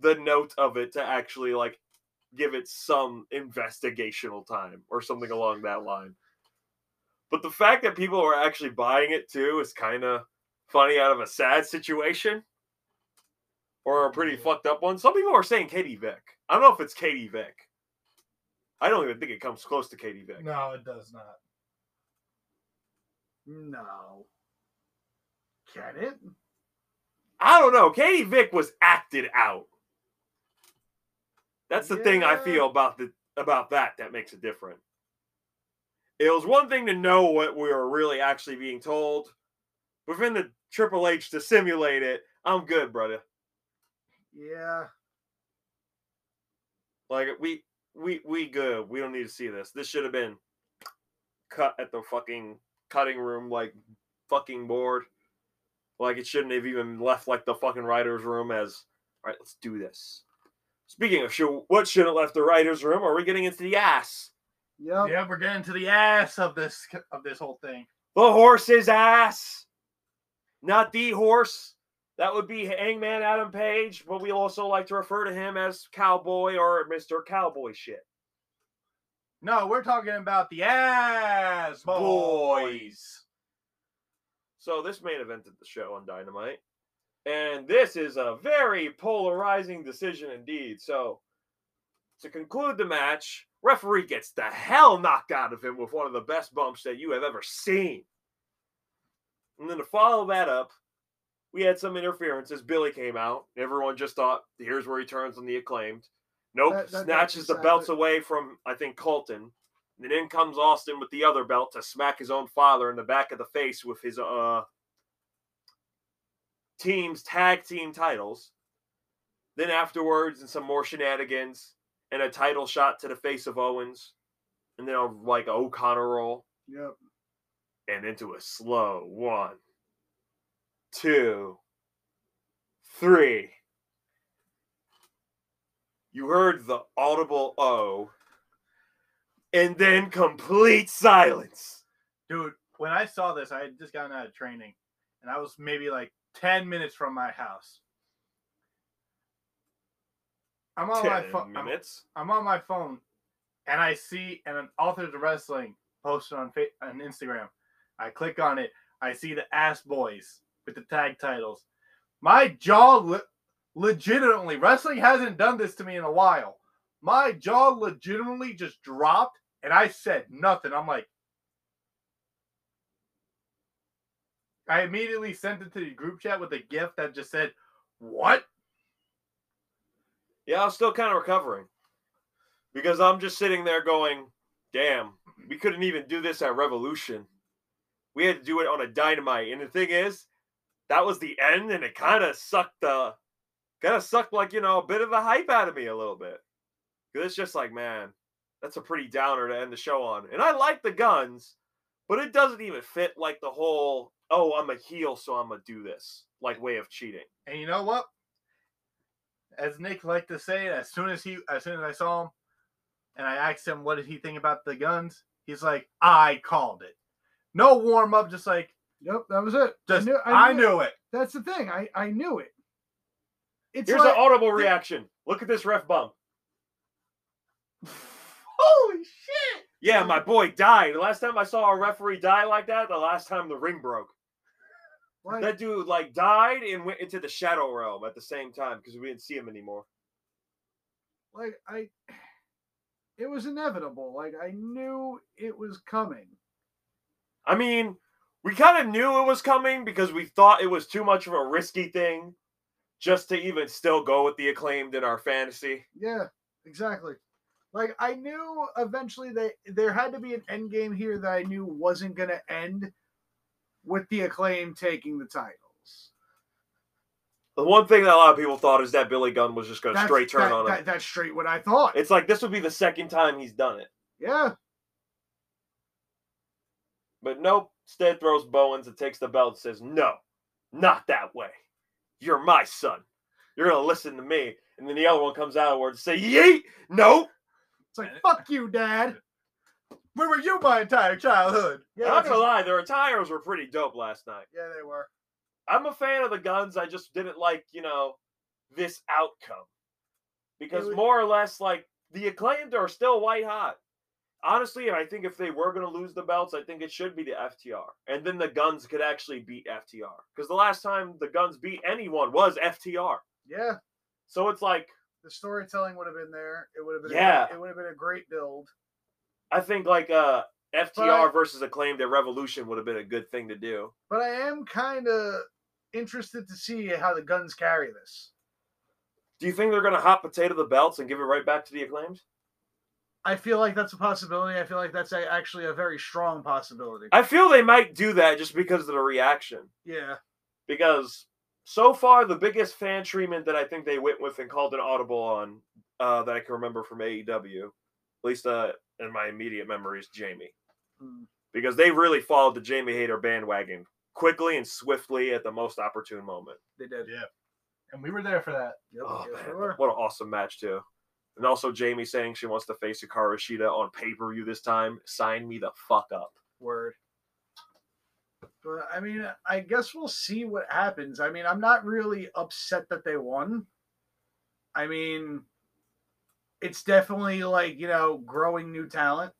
[SPEAKER 2] the note of it to actually like give it some investigational time or something along that line. But the fact that people are actually buying it too is kind of funny out of a sad situation or a pretty
[SPEAKER 4] Yeah.
[SPEAKER 2] fucked up one. Some people are saying Katie Vick. I don't know if it's Katie Vick. I don't even think it comes close to Katie Vick.
[SPEAKER 4] No, it does not.
[SPEAKER 1] No. Can it?
[SPEAKER 2] I don't know. Katie Vick was acted out. That's the thing I
[SPEAKER 1] Yeah.
[SPEAKER 2] feel about the about that that makes it different. It was one thing to know what we were really actually being told. Within the Triple H to simulate it, I'm good, brother.
[SPEAKER 1] Yeah.
[SPEAKER 2] Like we we we good. We don't need to see this. This should have been cut at the fucking cutting room like fucking board. Like it shouldn't have even left like the fucking writers room as all right, let's do this. Speaking of should, what should have left the writers room, are we getting into the ass?
[SPEAKER 1] Yep.
[SPEAKER 3] Yeah, we're getting to the ass of this of this whole thing.
[SPEAKER 2] The horse's ass. Not the horse. That would be Hangman Adam Page, but we also like to refer to him as Cowboy or Mr. Cowboy shit.
[SPEAKER 3] No, we're talking about the ass boys.
[SPEAKER 2] So this main evented the show on Dynamite, and this is a very polarizing decision indeed. So to conclude the match, referee gets the hell knocked out of him with one of the best bumps that you have ever seen. And then to follow that up, we had some interferences. Billy came out. Everyone just thought, here's where he turns on the acclaimed. Nope,
[SPEAKER 1] That- that- that's
[SPEAKER 2] snatches the belts
[SPEAKER 1] exactly-
[SPEAKER 2] away from, I think, Colton. And then in comes Austin with the other belt to smack his own father in the back of the face with his uh team's tag team titles. Then afterwards, and some more shenanigans, and a title shot to the face of Owens, and then a, like a O'Connor roll,
[SPEAKER 1] Yep.
[SPEAKER 2] and into a slow one, two, three. You heard the audible O, and then complete silence.
[SPEAKER 3] Dude, when I saw this, I had just gotten out of training and I was maybe like 10 minutes from my house. I'm on my
[SPEAKER 2] Ten
[SPEAKER 3] phone. I'm,
[SPEAKER 2] minutes.
[SPEAKER 3] I'm on my phone and I see an authors of wrestling posted on fa- on Instagram. I click on it. I see the ass boys with the tag titles. My jaw le- legitimately wrestling hasn't done this to me in a while. My jaw legitimately just dropped and I said nothing. I'm like I immediately sent it to the group chat with a gif that just said, "What?"
[SPEAKER 2] Yeah, I'm still kind of recovering because I'm just sitting there going, damn, we couldn't even do this at Revolution. We had to do it on a dynamite. And the thing is, that was the end, and it kind of sucked the, kind of sucked like, you know, a bit of the hype out of me a little bit. Because it's just like, man, that's a pretty downer to end the show on. And I like the guns, but it doesn't even fit like the whole, oh, I'm a heel, so I'm going to do this, like way of cheating.
[SPEAKER 3] And you know what? As Nick liked to say, as soon as he, as soon as I saw him, and I asked him what did he think about the guns, he's like, "I called it." No warm up, just like,
[SPEAKER 1] Yep. That was it.
[SPEAKER 3] just I knew,
[SPEAKER 1] it.
[SPEAKER 3] it.
[SPEAKER 1] That's the thing. I, I knew it. It's
[SPEAKER 2] Here's
[SPEAKER 1] like,
[SPEAKER 2] an audible reaction. Look at this ref bump.
[SPEAKER 3] Holy shit!
[SPEAKER 2] Yeah, my boy died. The last time I saw a referee die like that, the last time the ring broke.
[SPEAKER 1] like,
[SPEAKER 2] That dude like died and went into the shadow realm at the same time because we didn't see him anymore.
[SPEAKER 1] like I it was inevitable. Like I knew it was coming.
[SPEAKER 2] I mean, we kind of knew it was coming because we thought it was too much of a risky thing just to even still go with the acclaimed in our fantasy.
[SPEAKER 1] Yeah, exactly. Like I knew eventually that there had to be an end game here that I knew wasn't going to end with the acclaim taking the titles.
[SPEAKER 2] The one thing that a lot of people thought is that Billy Gunn was just going to
[SPEAKER 1] That's-
[SPEAKER 2] straight turn
[SPEAKER 1] that-
[SPEAKER 2] on him.
[SPEAKER 1] that- that's straight what I thought.
[SPEAKER 2] It's like this would be the second time he's done it.
[SPEAKER 1] yeah.
[SPEAKER 2] But nope, Stead throws Bowens and takes the belt and says, No, not that way. You're my son. You're gonna listen to me. And then the other one comes out and say, Yeet! Nope.
[SPEAKER 1] It's like fuck you, dad.
[SPEAKER 3] Where were you my entire childhood?
[SPEAKER 1] Yeah,
[SPEAKER 2] Not
[SPEAKER 1] that's-
[SPEAKER 2] gonna lie, their attires were pretty dope last night.
[SPEAKER 1] yeah, they were.
[SPEAKER 2] I'm a fan of the guns. I just didn't like, you know, this outcome. Because
[SPEAKER 1] It was-
[SPEAKER 2] more or less, like, the acclaimed are still white hot. Honestly, and I think if they were going to lose the belts, I think it should be the FTR. And then the guns could actually beat FTR. Because the last time the guns beat anyone was FTR.
[SPEAKER 1] Yeah,
[SPEAKER 2] So it's like,
[SPEAKER 1] the storytelling would have been there. It would have been. a-
[SPEAKER 2] Yeah.
[SPEAKER 1] it would have been a great build.
[SPEAKER 2] I think, like, uh, FTR
[SPEAKER 1] But I-
[SPEAKER 2] versus acclaimed at Revolution would have been a good thing to do.
[SPEAKER 1] But I am kind of interested to see how the guns carry this.
[SPEAKER 2] Do you think they're going to hot potato the belts and give it right back to the acclaimed?
[SPEAKER 1] I feel like that's a possibility. I feel like that's a, actually a very strong possibility.
[SPEAKER 2] I feel they might do that just because of the reaction.
[SPEAKER 1] yeah,
[SPEAKER 2] because so far the biggest fan treatment that I think they went with and called an audible on uh, that I can remember from AEW, at least uh, in my immediate memory, is Jamie
[SPEAKER 1] Mm.
[SPEAKER 2] because they really followed the Jamie hater bandwagon quickly and swiftly at the most opportune moment.
[SPEAKER 1] they did.
[SPEAKER 4] Yeah. And we were there for that.
[SPEAKER 1] Yep,
[SPEAKER 2] Oh
[SPEAKER 1] yes, they
[SPEAKER 2] man,
[SPEAKER 1] were.
[SPEAKER 2] what an awesome match too. And also Jamie saying she wants to face Hikaru Shida on pay-per-view this time. Sign me the fuck up.
[SPEAKER 1] Word. But I mean, I guess we'll see what happens. I mean, I'm not really upset that they won. I mean, it's definitely like, you know, growing new talent.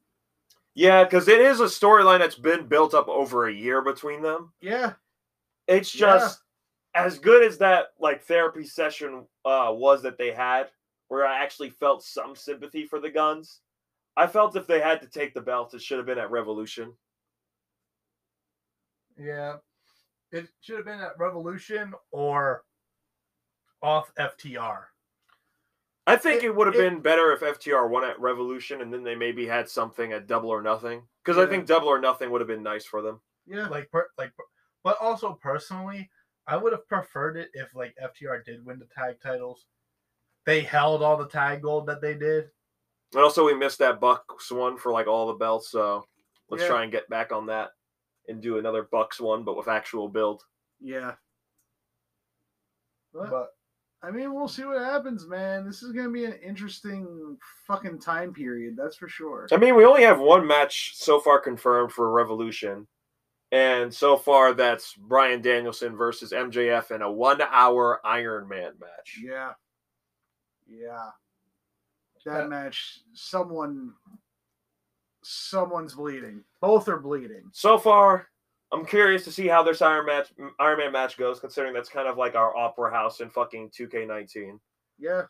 [SPEAKER 2] Yeah, because it is a storyline that's been built up over a year between them.
[SPEAKER 1] Yeah.
[SPEAKER 2] It's
[SPEAKER 1] Yeah.
[SPEAKER 2] just as good as that like therapy session uh, was that they had, where I actually felt some sympathy for the guns. I felt if they had to take the belt, it should have been at Revolution.
[SPEAKER 4] Yeah. It should have been at Revolution or off FTR.
[SPEAKER 2] I think
[SPEAKER 1] It-
[SPEAKER 2] it, would have
[SPEAKER 1] it-
[SPEAKER 2] been better if FTR won at Revolution, and then they maybe had something at Double or Nothing, because I
[SPEAKER 1] Yeah.
[SPEAKER 2] think Double or Nothing would have been nice for them.
[SPEAKER 1] Yeah.
[SPEAKER 4] Like, per, like, per- but also personally, I would have preferred it if like FTR did win the tag titles. They held all the tag gold that they did.
[SPEAKER 2] And also, we missed that Bucks one for like all the belts, so let's
[SPEAKER 1] Yeah.
[SPEAKER 2] try and get back on that and do another Bucks one, but with actual build.
[SPEAKER 1] Yeah. But,
[SPEAKER 4] But
[SPEAKER 1] I mean, we'll see what happens, man. This is going to be an interesting fucking time period. That's for sure.
[SPEAKER 2] I mean, we only have one match so far confirmed for Revolution. And so far, that's Brian Danielson versus MJF in a one hour Iron Man match.
[SPEAKER 1] Yeah. Yeah.
[SPEAKER 4] Yeah.
[SPEAKER 1] That match, someone, someone's bleeding. Both are bleeding.
[SPEAKER 2] So far, I'm curious to see how this Iron, match, Iron Man match goes, considering that's kind of like our opera house in fucking 2K19.
[SPEAKER 1] Yeah.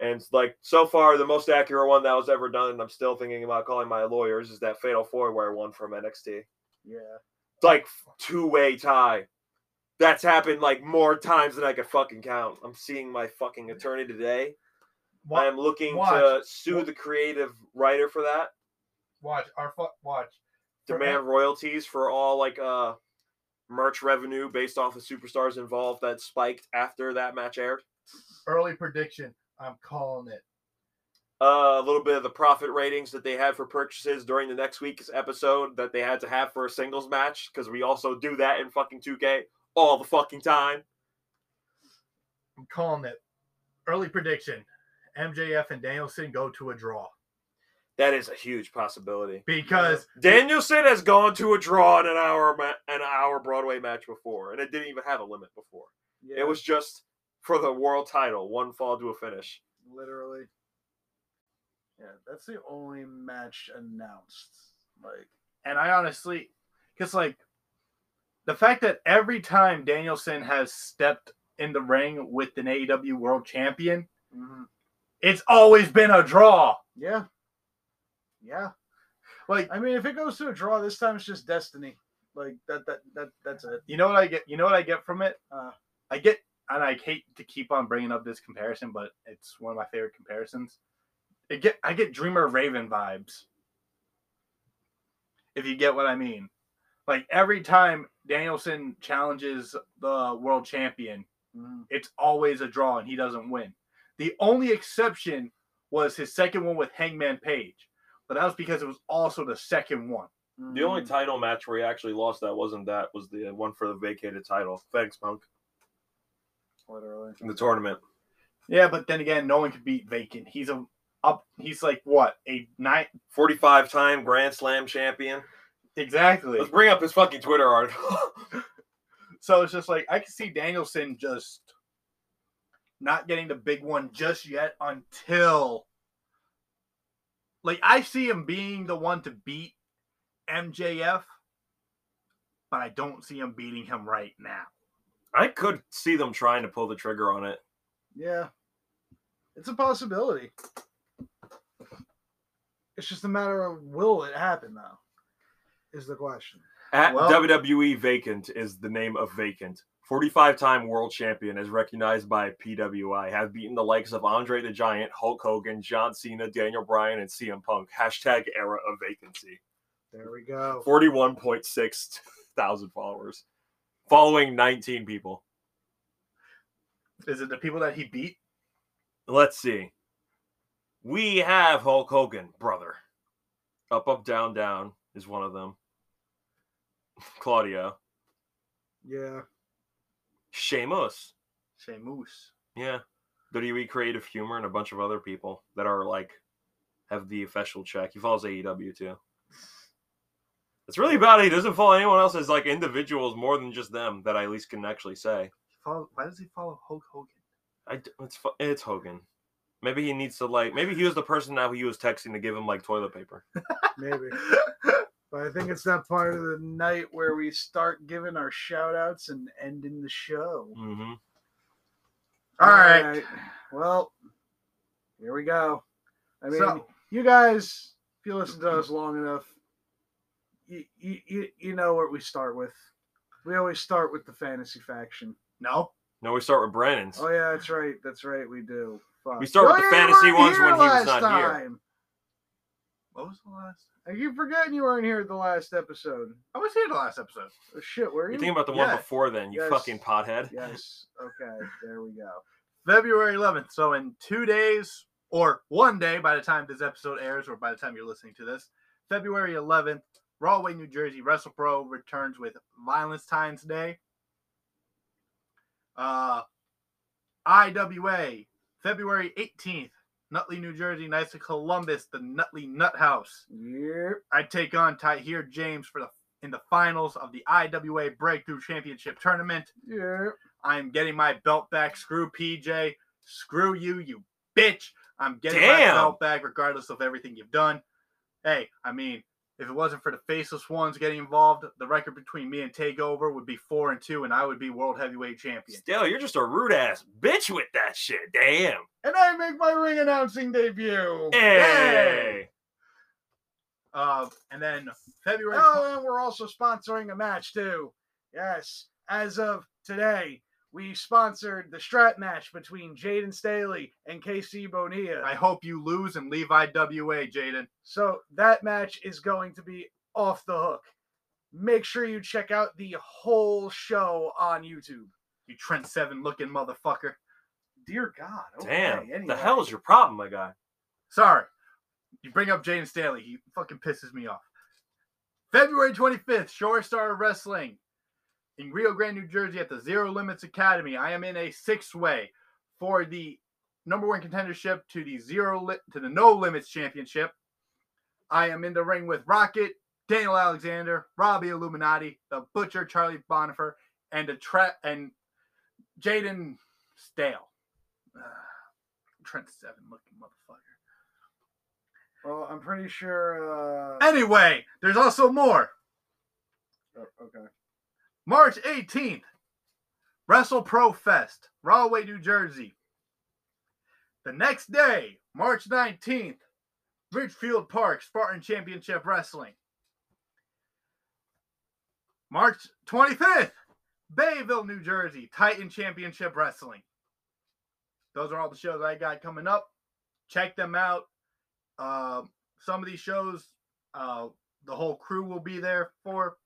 [SPEAKER 2] And like so far, the most accurate one that was ever done, and I'm still thinking about calling my lawyers, is that Fatal Four Way one from NXT.
[SPEAKER 1] Yeah.
[SPEAKER 2] It's like two way tie. That's happened like more times than I could fucking count. I'm seeing my fucking attorney today. I
[SPEAKER 3] Um,
[SPEAKER 4] watch,
[SPEAKER 2] am looking to
[SPEAKER 4] watch.
[SPEAKER 2] sue the creative writer for that,
[SPEAKER 4] watch our fu- watch. For
[SPEAKER 2] demand royalties for all like uh merch revenue based off the superstars involved that spiked after that match aired.
[SPEAKER 4] Early prediction. I'm calling it.
[SPEAKER 2] Uh, a little bit of the profit ratings that they had for purchases during the next week's episode that they had to have for a singles match because we also do that in fucking 2K all the fucking time.
[SPEAKER 4] I'm calling it. Early prediction. MJF and Danielson go to a draw
[SPEAKER 2] That is a huge possibility.
[SPEAKER 4] because
[SPEAKER 2] Danielson has gone to a draw in an hour ma- an hour Broadway match before, and it didn't even have a limit before.
[SPEAKER 1] Yeah.
[SPEAKER 2] It was just for the world title, one fall to a finish.
[SPEAKER 1] literally. Yeah, that's the only match announced. Like,
[SPEAKER 3] And I honestly, because like the fact that every time Danielson has stepped in the ring with an AEW World Champion, it's always been a draw.
[SPEAKER 1] mm-hmm. yeah, yeah.
[SPEAKER 3] Like
[SPEAKER 1] I mean, if it goes to a draw this time, it's just destiny. Like that, that, that, that's it.
[SPEAKER 3] you know what I get? You know what I get from it?
[SPEAKER 1] Uh.
[SPEAKER 3] I get, and I hate to keep on bringing up this comparison, but it's one of my favorite comparisons. I get, I get Dreamer Raven vibes. If you get what I mean, like every time Danielson challenges the world champion,
[SPEAKER 1] Mhm.
[SPEAKER 3] it's always a draw and he doesn't win. The only exception was his second one with Hangman Page, but that was because it was also the second one.
[SPEAKER 2] The only
[SPEAKER 1] Mhm.
[SPEAKER 2] title match where he actually lost that wasn't that was the uh, one for the vacated title. Thanks, Punk,
[SPEAKER 1] literally.
[SPEAKER 2] in the tournament.
[SPEAKER 3] Yeah, but then again, no one could beat Vacant. He's a up. He's like what a nine
[SPEAKER 2] 45 time Grand Slam champion.
[SPEAKER 3] exactly.
[SPEAKER 2] Let's bring up his fucking Twitter article.
[SPEAKER 3] So it's just like I can see Danielson just not getting the big one just yet until like I see him being the one to beat MJF, but I don't see him beating him right now.
[SPEAKER 2] I could see them trying to pull the trigger on it.
[SPEAKER 1] Yeah. It's a possibility. It's just a matter of will it happen though? Is the question.
[SPEAKER 2] At
[SPEAKER 3] Well-
[SPEAKER 2] WWE Vacant is the name of Vacant. 45 time world champion is recognized by PWI. Have beaten the likes of Andre the Giant, Hulk Hogan, John Cena, Daniel Bryan, and CM Punk. Hashtag era of vacancy.
[SPEAKER 1] There we go.
[SPEAKER 2] 41.6 thousand followers. Following 19 people.
[SPEAKER 3] Is it the people that he beat?
[SPEAKER 2] Let's see. We have Hulk Hogan, brother. Up, up, down, down is one of them. Claudio.
[SPEAKER 1] Yeah.
[SPEAKER 2] Sheamus.
[SPEAKER 3] Say Moose.
[SPEAKER 2] Yeah. WWE Creative Humor and a bunch of other people that are like have the official check. He follows AEW too. It's really about it. He doesn't follow anyone else as like individuals more than just them that I at least can actually say.
[SPEAKER 3] Follow, why does he follow Hulk Hogan?
[SPEAKER 2] I d it's fu- it's Hogan. Maybe he needs to like maybe he was the person that he was texting to give him like toilet paper.
[SPEAKER 1] Maybe. But I think it's that part of the night where we start giving our shout outs and ending the show.
[SPEAKER 2] Mm-hmm.
[SPEAKER 3] All right.
[SPEAKER 1] Alright. Well, here we go. I mean,
[SPEAKER 3] so
[SPEAKER 1] you guys, if you listen to us long enough, you, you, you- you know what we start with. We always start with the fantasy faction.
[SPEAKER 3] no,
[SPEAKER 2] No, we start with Brennan's.
[SPEAKER 1] Oh yeah, that's right. That's right. We do. Fuck.
[SPEAKER 2] We start with
[SPEAKER 1] Oh,
[SPEAKER 2] the
[SPEAKER 1] you
[SPEAKER 2] fantasy
[SPEAKER 1] weren't
[SPEAKER 2] ones when
[SPEAKER 1] here
[SPEAKER 2] he was
[SPEAKER 1] last
[SPEAKER 2] not here.
[SPEAKER 1] time.
[SPEAKER 3] what was the last?
[SPEAKER 1] I keep forgetting you weren't here at the last episode.
[SPEAKER 3] I was here the last episode.
[SPEAKER 1] Oh, shit, were
[SPEAKER 2] You're
[SPEAKER 1] you?
[SPEAKER 2] thinking about the one
[SPEAKER 3] Yeah.
[SPEAKER 2] before then, you
[SPEAKER 1] Yes.
[SPEAKER 2] fucking pothead.
[SPEAKER 1] yes. Okay. There we go.
[SPEAKER 3] February 11th. So in two days or one day, by the time this episode airs or by the time you're listening to this, February 11th, Rawway, New Jersey, WrestlePro returns with Violence Times Day. Uh, IWA, February 18th, Nutley, New Jersey, Knights of Columbus, the Nutley Nut House.
[SPEAKER 1] Yep.
[SPEAKER 3] I take on Tahir James for the in the finals of the IWA Breakthrough Championship Tournament.
[SPEAKER 1] Yep.
[SPEAKER 3] I'm getting my belt back. Screw PJ. Screw you, you bitch. I'm getting
[SPEAKER 2] Damn.
[SPEAKER 3] my belt back regardless of everything you've done. Hey, I mean, if it wasn't for the faceless ones getting involved, the record between me and Takeover would be four and two, and I would be world heavyweight champion.
[SPEAKER 2] Still, you're just a rude ass bitch with that shit. Damn.
[SPEAKER 1] And I make my ring announcing debut.
[SPEAKER 2] Hey.
[SPEAKER 3] Uh, and then February.
[SPEAKER 1] Oh, and we're also sponsoring a match too. Yes, as of today, we sponsored the strap match between Jaden Staley and KC Bonilla.
[SPEAKER 3] I hope you lose and leave IWA, Jaden.
[SPEAKER 1] So that match is going to be off the hook. Make sure you check out the whole show on YouTube.
[SPEAKER 3] You Trent Seven looking motherfucker.
[SPEAKER 1] Dear God. Okay,
[SPEAKER 2] Damn.
[SPEAKER 1] anyway.
[SPEAKER 2] The hell is your problem, my guy?
[SPEAKER 3] Sorry. You bring up Jaden Staley. He fucking pisses me off. February 25th, Shore Star Wrestling in Rio Grande, New Jersey at the Zero Limits Academy. I am in a six way for the number one contendership to the zero li- to the No Limits Championship. I am in the ring with Rocket, Daniel Alexander, Robbie Illuminati, the Butcher, Charlie Bonifer, and a tra- and Jaden Stale. Uh, Trent Seven looking motherfucker.
[SPEAKER 1] Well, I'm pretty sure. Uh...
[SPEAKER 3] Anyway, there's also more.
[SPEAKER 1] oh, okay.
[SPEAKER 3] March 18th, Wrestle Pro Fest, Rahway, New Jersey. The next day, March 19th, Ridgefield Park, Spartan Championship Wrestling. March 25th, Bayville, New Jersey, Titan Championship Wrestling. Those are all the shows I got coming up. Check them out. Um, some of these shows, uh, the whole crew will be there for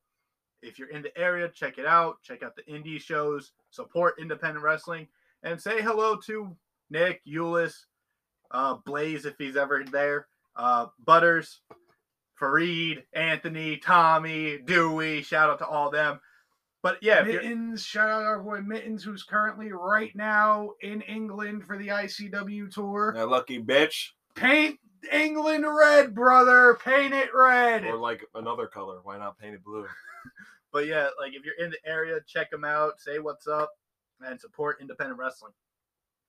[SPEAKER 3] if you're in the area, check it out. Check out the indie shows, support independent wrestling, and say hello to Nick, Eulis, uh, Blaze if he's ever there, uh, Butters, Fareed, Anthony, Tommy, Dewey. Shout out to all them. But yeah, if you're-
[SPEAKER 1] Mittens, shout out our boy Mittens, who's currently right now in England for the ICW tour.
[SPEAKER 2] That lucky bitch.
[SPEAKER 3] Paint England red, brother. Paint it red.
[SPEAKER 2] Or like another color. Why not paint it blue?
[SPEAKER 3] But yeah, like if you're in the area, check them out. Say what's up, and support independent wrestling.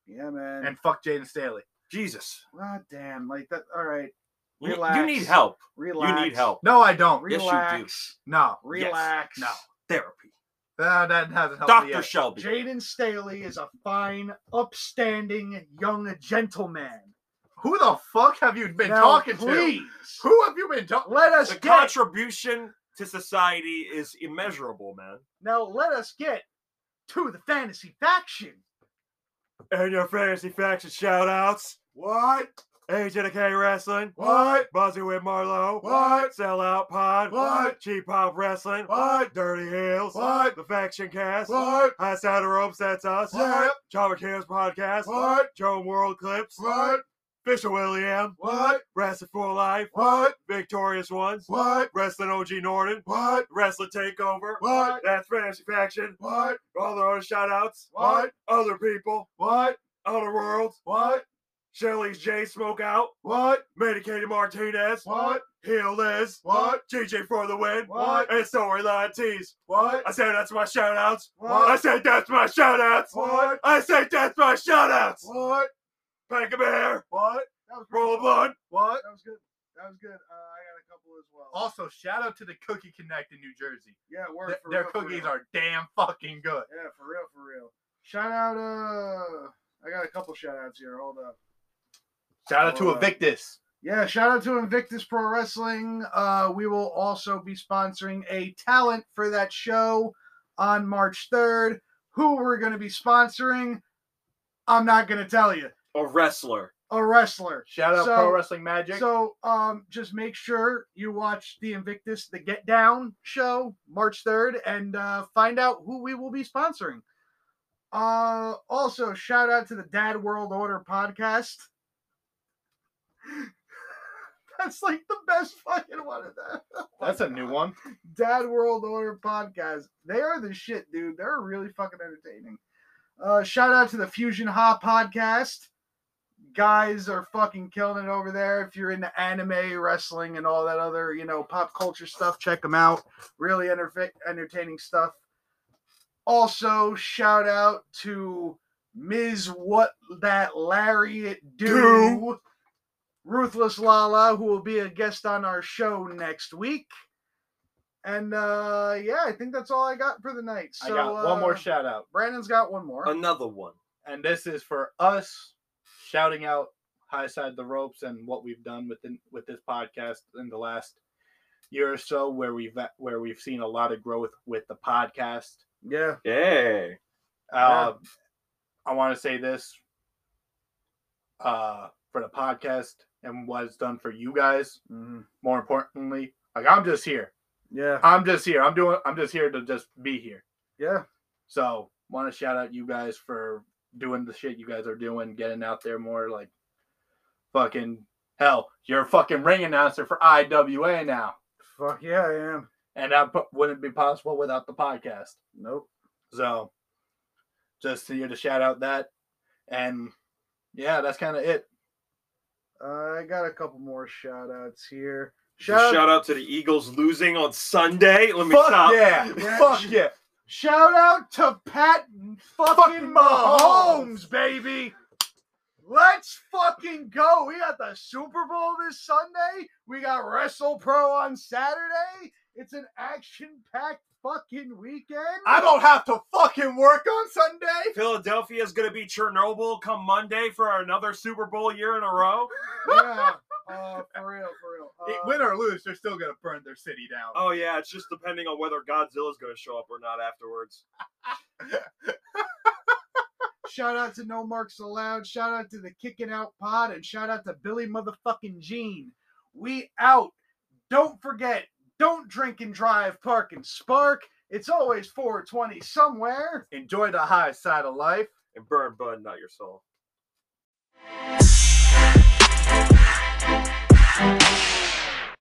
[SPEAKER 1] Yeah, man.
[SPEAKER 3] And fuck Jaden Staley.
[SPEAKER 2] Jesus.
[SPEAKER 1] God damn, like that. All right,
[SPEAKER 2] You- You
[SPEAKER 1] Relax.
[SPEAKER 2] need help.
[SPEAKER 1] relax.
[SPEAKER 2] You need help.
[SPEAKER 3] No, I don't.
[SPEAKER 2] Yes, you do.
[SPEAKER 1] Relax.
[SPEAKER 3] No,
[SPEAKER 1] Relax.
[SPEAKER 3] No.
[SPEAKER 2] Therapy.
[SPEAKER 3] Ah, that hasn't helped me
[SPEAKER 2] Dr.
[SPEAKER 3] yet.
[SPEAKER 2] Shelby.
[SPEAKER 1] Jaden Staley is a fine, upstanding young gentleman.
[SPEAKER 3] Who the fuck have you been
[SPEAKER 1] Now,
[SPEAKER 3] talking to?
[SPEAKER 1] please,
[SPEAKER 3] Who have you been talking?
[SPEAKER 1] Let us
[SPEAKER 2] the
[SPEAKER 1] get
[SPEAKER 2] contribution to society is immeasurable, man.
[SPEAKER 1] now. Let us get to the fantasy faction.
[SPEAKER 2] And your fantasy faction shout outs.
[SPEAKER 3] What?
[SPEAKER 2] AJK Wrestling.
[SPEAKER 3] What?
[SPEAKER 2] Buzzy with Marlowe.
[SPEAKER 3] What?
[SPEAKER 2] Sell Out Pod.
[SPEAKER 3] What?
[SPEAKER 2] Cheap Pop Wrestling.
[SPEAKER 3] What?
[SPEAKER 2] Dirty Heels.
[SPEAKER 3] What?
[SPEAKER 2] The Faction Cast.
[SPEAKER 3] What?
[SPEAKER 2] High Side of the Ropes, that's us.
[SPEAKER 3] What?
[SPEAKER 2] Java Cares Podcast.
[SPEAKER 3] What?
[SPEAKER 2] Joe World Clips.
[SPEAKER 3] What?
[SPEAKER 2] Fisher William.
[SPEAKER 3] What?
[SPEAKER 2] Wrestling for Life.
[SPEAKER 3] What?
[SPEAKER 2] Victorious Ones.
[SPEAKER 3] What?
[SPEAKER 2] Wrestling OG Norton.
[SPEAKER 3] What?
[SPEAKER 2] Wrestling Takeover.
[SPEAKER 3] What?
[SPEAKER 2] That's Fantasy Faction.
[SPEAKER 3] What?
[SPEAKER 2] All their own shout outs.
[SPEAKER 3] What?
[SPEAKER 2] Other people.
[SPEAKER 3] What?
[SPEAKER 2] Other worlds.
[SPEAKER 3] What?
[SPEAKER 2] Shelly's J Smoke Out.
[SPEAKER 3] What?
[SPEAKER 2] Medicated Martinez.
[SPEAKER 3] What?
[SPEAKER 2] Heel Liz.
[SPEAKER 3] What?
[SPEAKER 2] GJ for the win.
[SPEAKER 3] What?
[SPEAKER 2] And Storyline Tees.
[SPEAKER 3] What?
[SPEAKER 2] I said that's my shout outs.
[SPEAKER 3] What?
[SPEAKER 2] I said that's my shout outs.
[SPEAKER 3] What?
[SPEAKER 2] I said that's my shout outs.
[SPEAKER 3] What?
[SPEAKER 2] Pack a bear.
[SPEAKER 3] What?
[SPEAKER 1] That was
[SPEAKER 2] Roll a blunt.
[SPEAKER 3] What?
[SPEAKER 1] That was good. That was good. Uh, I got a couple as well.
[SPEAKER 3] Also, shout out to the Cookie Connect in New Jersey.
[SPEAKER 1] yeah, it
[SPEAKER 3] Th-
[SPEAKER 1] worked. for
[SPEAKER 3] their
[SPEAKER 1] real, for
[SPEAKER 3] cookies
[SPEAKER 1] real.
[SPEAKER 3] are damn fucking good.
[SPEAKER 1] Yeah, for real, for real. Shout out. Uh, I got a couple shout outs here. Hold up.
[SPEAKER 3] Shout out to
[SPEAKER 1] Alright.
[SPEAKER 3] Evictus.
[SPEAKER 1] Yeah, shout out to Invictus Pro Wrestling. Uh, we will also be sponsoring a talent for that show on March 3rd. Who we're going to be sponsoring, I'm not going to tell you.
[SPEAKER 2] A wrestler.
[SPEAKER 1] A wrestler.
[SPEAKER 3] Shout out
[SPEAKER 1] So-
[SPEAKER 3] Pro Wrestling Magic.
[SPEAKER 1] So um, just make sure you watch the Invictus, the Get Down show, March 3rd, and uh, find out who we will be sponsoring. Uh, also, shout out to the Dad World Order podcast. That's like the best fucking one of them.
[SPEAKER 3] That's a new one.
[SPEAKER 1] Dad World Order podcast. They are the shit, dude. They're really fucking entertaining. Uh, shout out to the Fusion Ha podcast. Guys are fucking killing it over there. If you're into anime, wrestling, and all that other, you know, pop culture stuff, check them out. Really enter- entertaining stuff. Also, shout out to Ms. What That Lariat Do,
[SPEAKER 2] Do.
[SPEAKER 1] Ruthless Lala, who will be a guest on our show next week. And uh yeah, I think that's all I got for the night. So,
[SPEAKER 3] I got one more
[SPEAKER 1] uh,
[SPEAKER 3] shout out.
[SPEAKER 1] Brandon's got one more.
[SPEAKER 2] Another one.
[SPEAKER 3] and this is for us shouting out high side the ropes and what we've done within with this podcast in the last year or so where we've where we've seen a lot of growth with the podcast
[SPEAKER 1] yeah.
[SPEAKER 2] Yay.
[SPEAKER 3] uh, i want to say this uh, for the podcast and what it's done for you guys
[SPEAKER 1] Mhm.
[SPEAKER 3] more importantly like i'm just here
[SPEAKER 1] Yeah.
[SPEAKER 3] i'm just here i'm doing i'm just here to just be here
[SPEAKER 1] Yeah.
[SPEAKER 3] So want to shout out you guys for doing the shit you guys are doing, getting out there more. Like fucking hell, you're a fucking ring announcer for IWA now,
[SPEAKER 1] Fuck yeah, I am.
[SPEAKER 3] and that po- wouldn't be possible without the podcast.
[SPEAKER 1] Nope.
[SPEAKER 3] So just here to shout out that, and yeah, that's kind of it.
[SPEAKER 1] Uh, I got a couple more shout outs here.
[SPEAKER 2] Shout,
[SPEAKER 1] Shout,
[SPEAKER 2] out to the Eagles losing on Sunday. Let me
[SPEAKER 3] Fuck
[SPEAKER 2] stop.
[SPEAKER 3] yeah,
[SPEAKER 1] Yeah.
[SPEAKER 3] fuck yeah,
[SPEAKER 1] shout out to Pat
[SPEAKER 3] fucking
[SPEAKER 1] fucking
[SPEAKER 3] Mahomes,
[SPEAKER 1] Mahomes,
[SPEAKER 3] baby.
[SPEAKER 1] Let's fucking go. We got the Super Bowl this Sunday. We got Wrestle Pro on Saturday. It's an action packed fucking weekend.
[SPEAKER 3] I don't have to fucking work on Sunday.
[SPEAKER 2] Philadelphia is going to be Chernobyl come Monday for another Super Bowl year in a row.
[SPEAKER 1] yeah. Uh, for real, for real. Uh,
[SPEAKER 3] Win or lose, they're still gonna burn their city down.
[SPEAKER 2] Oh yeah, it's just depending on whether Godzilla's going to show up or not afterwards.
[SPEAKER 1] Shout out to No Marks Allowed. Shout out to the Kicking Out Pod. And shout out to Billy motherfucking Gene. We out. Don't forget, don't drink and drive, park and spark. It's always 420 somewhere.
[SPEAKER 3] Enjoy the high side of life.
[SPEAKER 2] And burn, bud, not your soul.